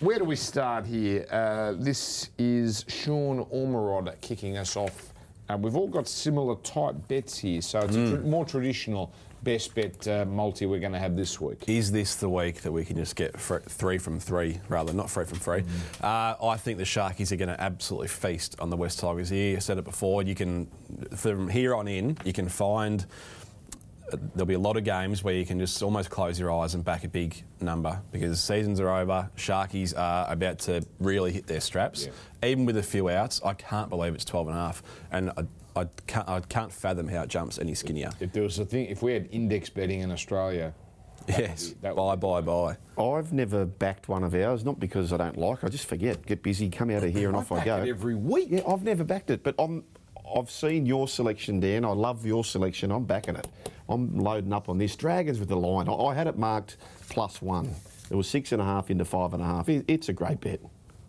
Speaker 1: Where do we start here? Uh, this is Sean Ormerod kicking us off. Uh, we've all got similar type bets here, so it's
Speaker 8: Mm.
Speaker 1: a tr- more traditional best bet uh, multi we're going to have this week.
Speaker 3: Is this the week that we can just get fr- three from three, rather not three from three? Uh, I think the Sharkies are going to absolutely feast on the West Tigers here. I said it before. You can, from here on in, you can find uh, there'll be a lot of games where you can just almost close your eyes and back a big number because seasons are over. Sharkies are about to really hit their straps. Even with a few outs, I can't believe it's 12 and a half. And I, I, can't, I can't fathom how it jumps any skinnier.
Speaker 1: If there was a thing, if we had index betting in Australia,
Speaker 3: Yes.
Speaker 1: that
Speaker 3: Bye, bye, bye.
Speaker 8: I've never backed one of ours, not because I don't like. I just forget, get busy, come out of here, and off I
Speaker 1: back
Speaker 8: go.
Speaker 1: it every week.
Speaker 8: Yeah, I've never backed it, but I'm. I've seen your selection, Dan. I love your selection. I'm backing it. I'm loading up on this. Dragons with the line. I, I had it marked plus one. It was six and a half into five and a half. It- it's a great bet.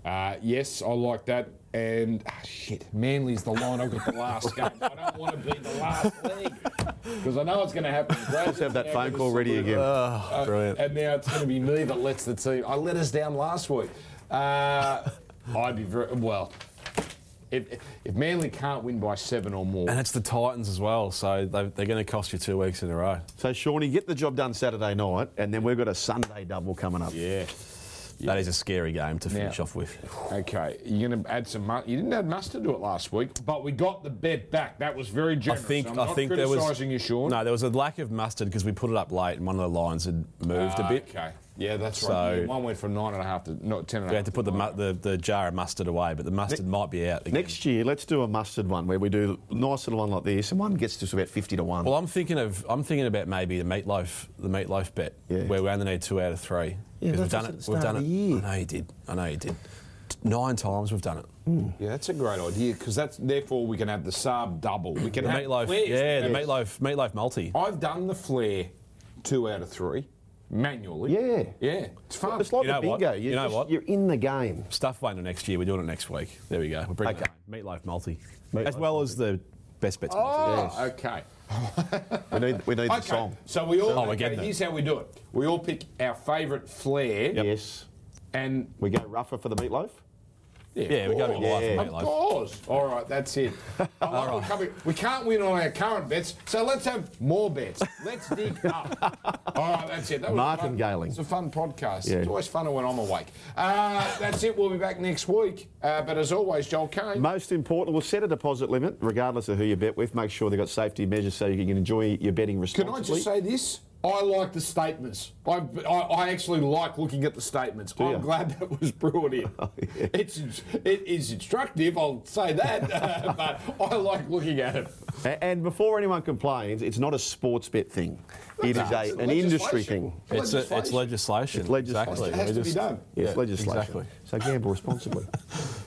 Speaker 1: Uh, yes, I like that. And ah, shit, Manly's the line I've got the last game. I don't want to be the last league because I know it's going to happen. Let's
Speaker 8: have that phone call ready again.
Speaker 1: Uh,
Speaker 3: brilliant.
Speaker 1: And now it's going to be me that lets the team. I let us down last week. Uh, I'd be very well. If, if Manly can't win by seven or more,
Speaker 3: And it's the Titans as well, so they, they're going to cost you two weeks in a row.
Speaker 8: So, Shawnee, get the job done Saturday night, and then we've got a Sunday double coming up.
Speaker 1: yeah.
Speaker 3: That is a scary game to finish
Speaker 1: Now-
Speaker 3: off with.
Speaker 1: Okay, you're going to add some. Mu- you didn't add mustard to it last week, but we got the bet back. That was very
Speaker 3: I
Speaker 1: generous.
Speaker 3: think
Speaker 1: I'm
Speaker 3: I
Speaker 1: not
Speaker 3: think there was
Speaker 1: criticising you, Sean.
Speaker 3: No, there was a lack of mustard because we put it up late and one of the lines had moved a
Speaker 1: Ah,
Speaker 3: bit.
Speaker 1: Okay. Yeah, that's
Speaker 3: So-
Speaker 1: right. Yeah, One went from nine and a half to not ten and a half.
Speaker 3: We had to put the, mu- the the jar of mustard away, but the mustard might be out again.
Speaker 8: Next year, let's do a mustard one where we do a nice little one like this, and one gets just about 50 to 1.
Speaker 3: Well, I'm thinking of I'm thinking about maybe the meatloaf the meatloaf bet
Speaker 8: Yeah.
Speaker 3: where we only need two out of three
Speaker 8: Yeah,
Speaker 3: we've
Speaker 8: that's
Speaker 3: done
Speaker 8: at
Speaker 3: it.
Speaker 8: the
Speaker 3: We've
Speaker 8: start
Speaker 3: done
Speaker 8: of
Speaker 3: it.
Speaker 8: the year.
Speaker 3: I know you did. I know you did. Nine times we've done it.
Speaker 1: Yeah, that's a great idea because that's therefore we can have the Saab double. We can
Speaker 3: The
Speaker 1: have
Speaker 3: meatloaf,
Speaker 1: flares.
Speaker 3: yeah, the meatloaf meatloaf multi.
Speaker 1: I've done the flare, two out of three. manually.
Speaker 8: Yeah.
Speaker 1: Yeah. It's fun.
Speaker 8: It's like
Speaker 3: You know
Speaker 8: the
Speaker 3: what?
Speaker 8: bingo. You're
Speaker 3: You know
Speaker 8: just-
Speaker 3: what?
Speaker 8: You're in the game.
Speaker 3: Stuff waiting next year. We're doing it next week. There we go. We're bringing
Speaker 8: Okay.
Speaker 3: it home. Meatloaf multi.
Speaker 8: Meatloaf
Speaker 3: as well as the best bets multi.
Speaker 1: Oh, okay.
Speaker 8: We need, we need
Speaker 1: okay.
Speaker 8: the song.
Speaker 1: So we all.
Speaker 3: Oh, we're
Speaker 1: okay,
Speaker 3: getting it.
Speaker 1: here's how we do it. We all pick our favourite flair,
Speaker 8: Yes.
Speaker 1: and
Speaker 8: We go rougher for the meatloaf.
Speaker 3: Yeah, we go
Speaker 1: of
Speaker 3: with
Speaker 1: course.
Speaker 3: life and
Speaker 1: Of
Speaker 3: meatloaf.
Speaker 1: course. All right, that's it. I like we're coming- We can't win on our current bets, so let's have more bets. Let's dig up. All right, that's it. That was a fun-
Speaker 8: Martingaling.
Speaker 1: It's a fun podcast.
Speaker 8: Yeah.
Speaker 1: It's always funner when I'm awake. Uh, that's it. We'll be back next week. Uh, but as always, Joel Kane.
Speaker 8: Most important, we'll set a deposit limit, regardless of who you bet with. Make sure they've got safety measures so you can enjoy your betting
Speaker 1: Can I
Speaker 8: responsibly.
Speaker 1: just say this? I like the statements. I, I, I actually like looking at the statements. I'm
Speaker 8: ya?
Speaker 1: glad that was brought in.
Speaker 3: Oh,
Speaker 8: yeah.
Speaker 1: It's it is instructive. I'll say that, uh, but I like looking at it.
Speaker 8: A- And before anyone complains, it's not a sports bet thing. It is
Speaker 1: That's it.
Speaker 8: a, an
Speaker 1: Legislation.
Speaker 8: industry thing.
Speaker 3: It's, a, it's legislation.
Speaker 8: It's legislation.
Speaker 3: Exactly.
Speaker 1: It has
Speaker 3: We
Speaker 1: to be done.
Speaker 8: Yes,
Speaker 3: Yeah,
Speaker 8: legislation.
Speaker 3: exactly.
Speaker 8: So gamble responsibly.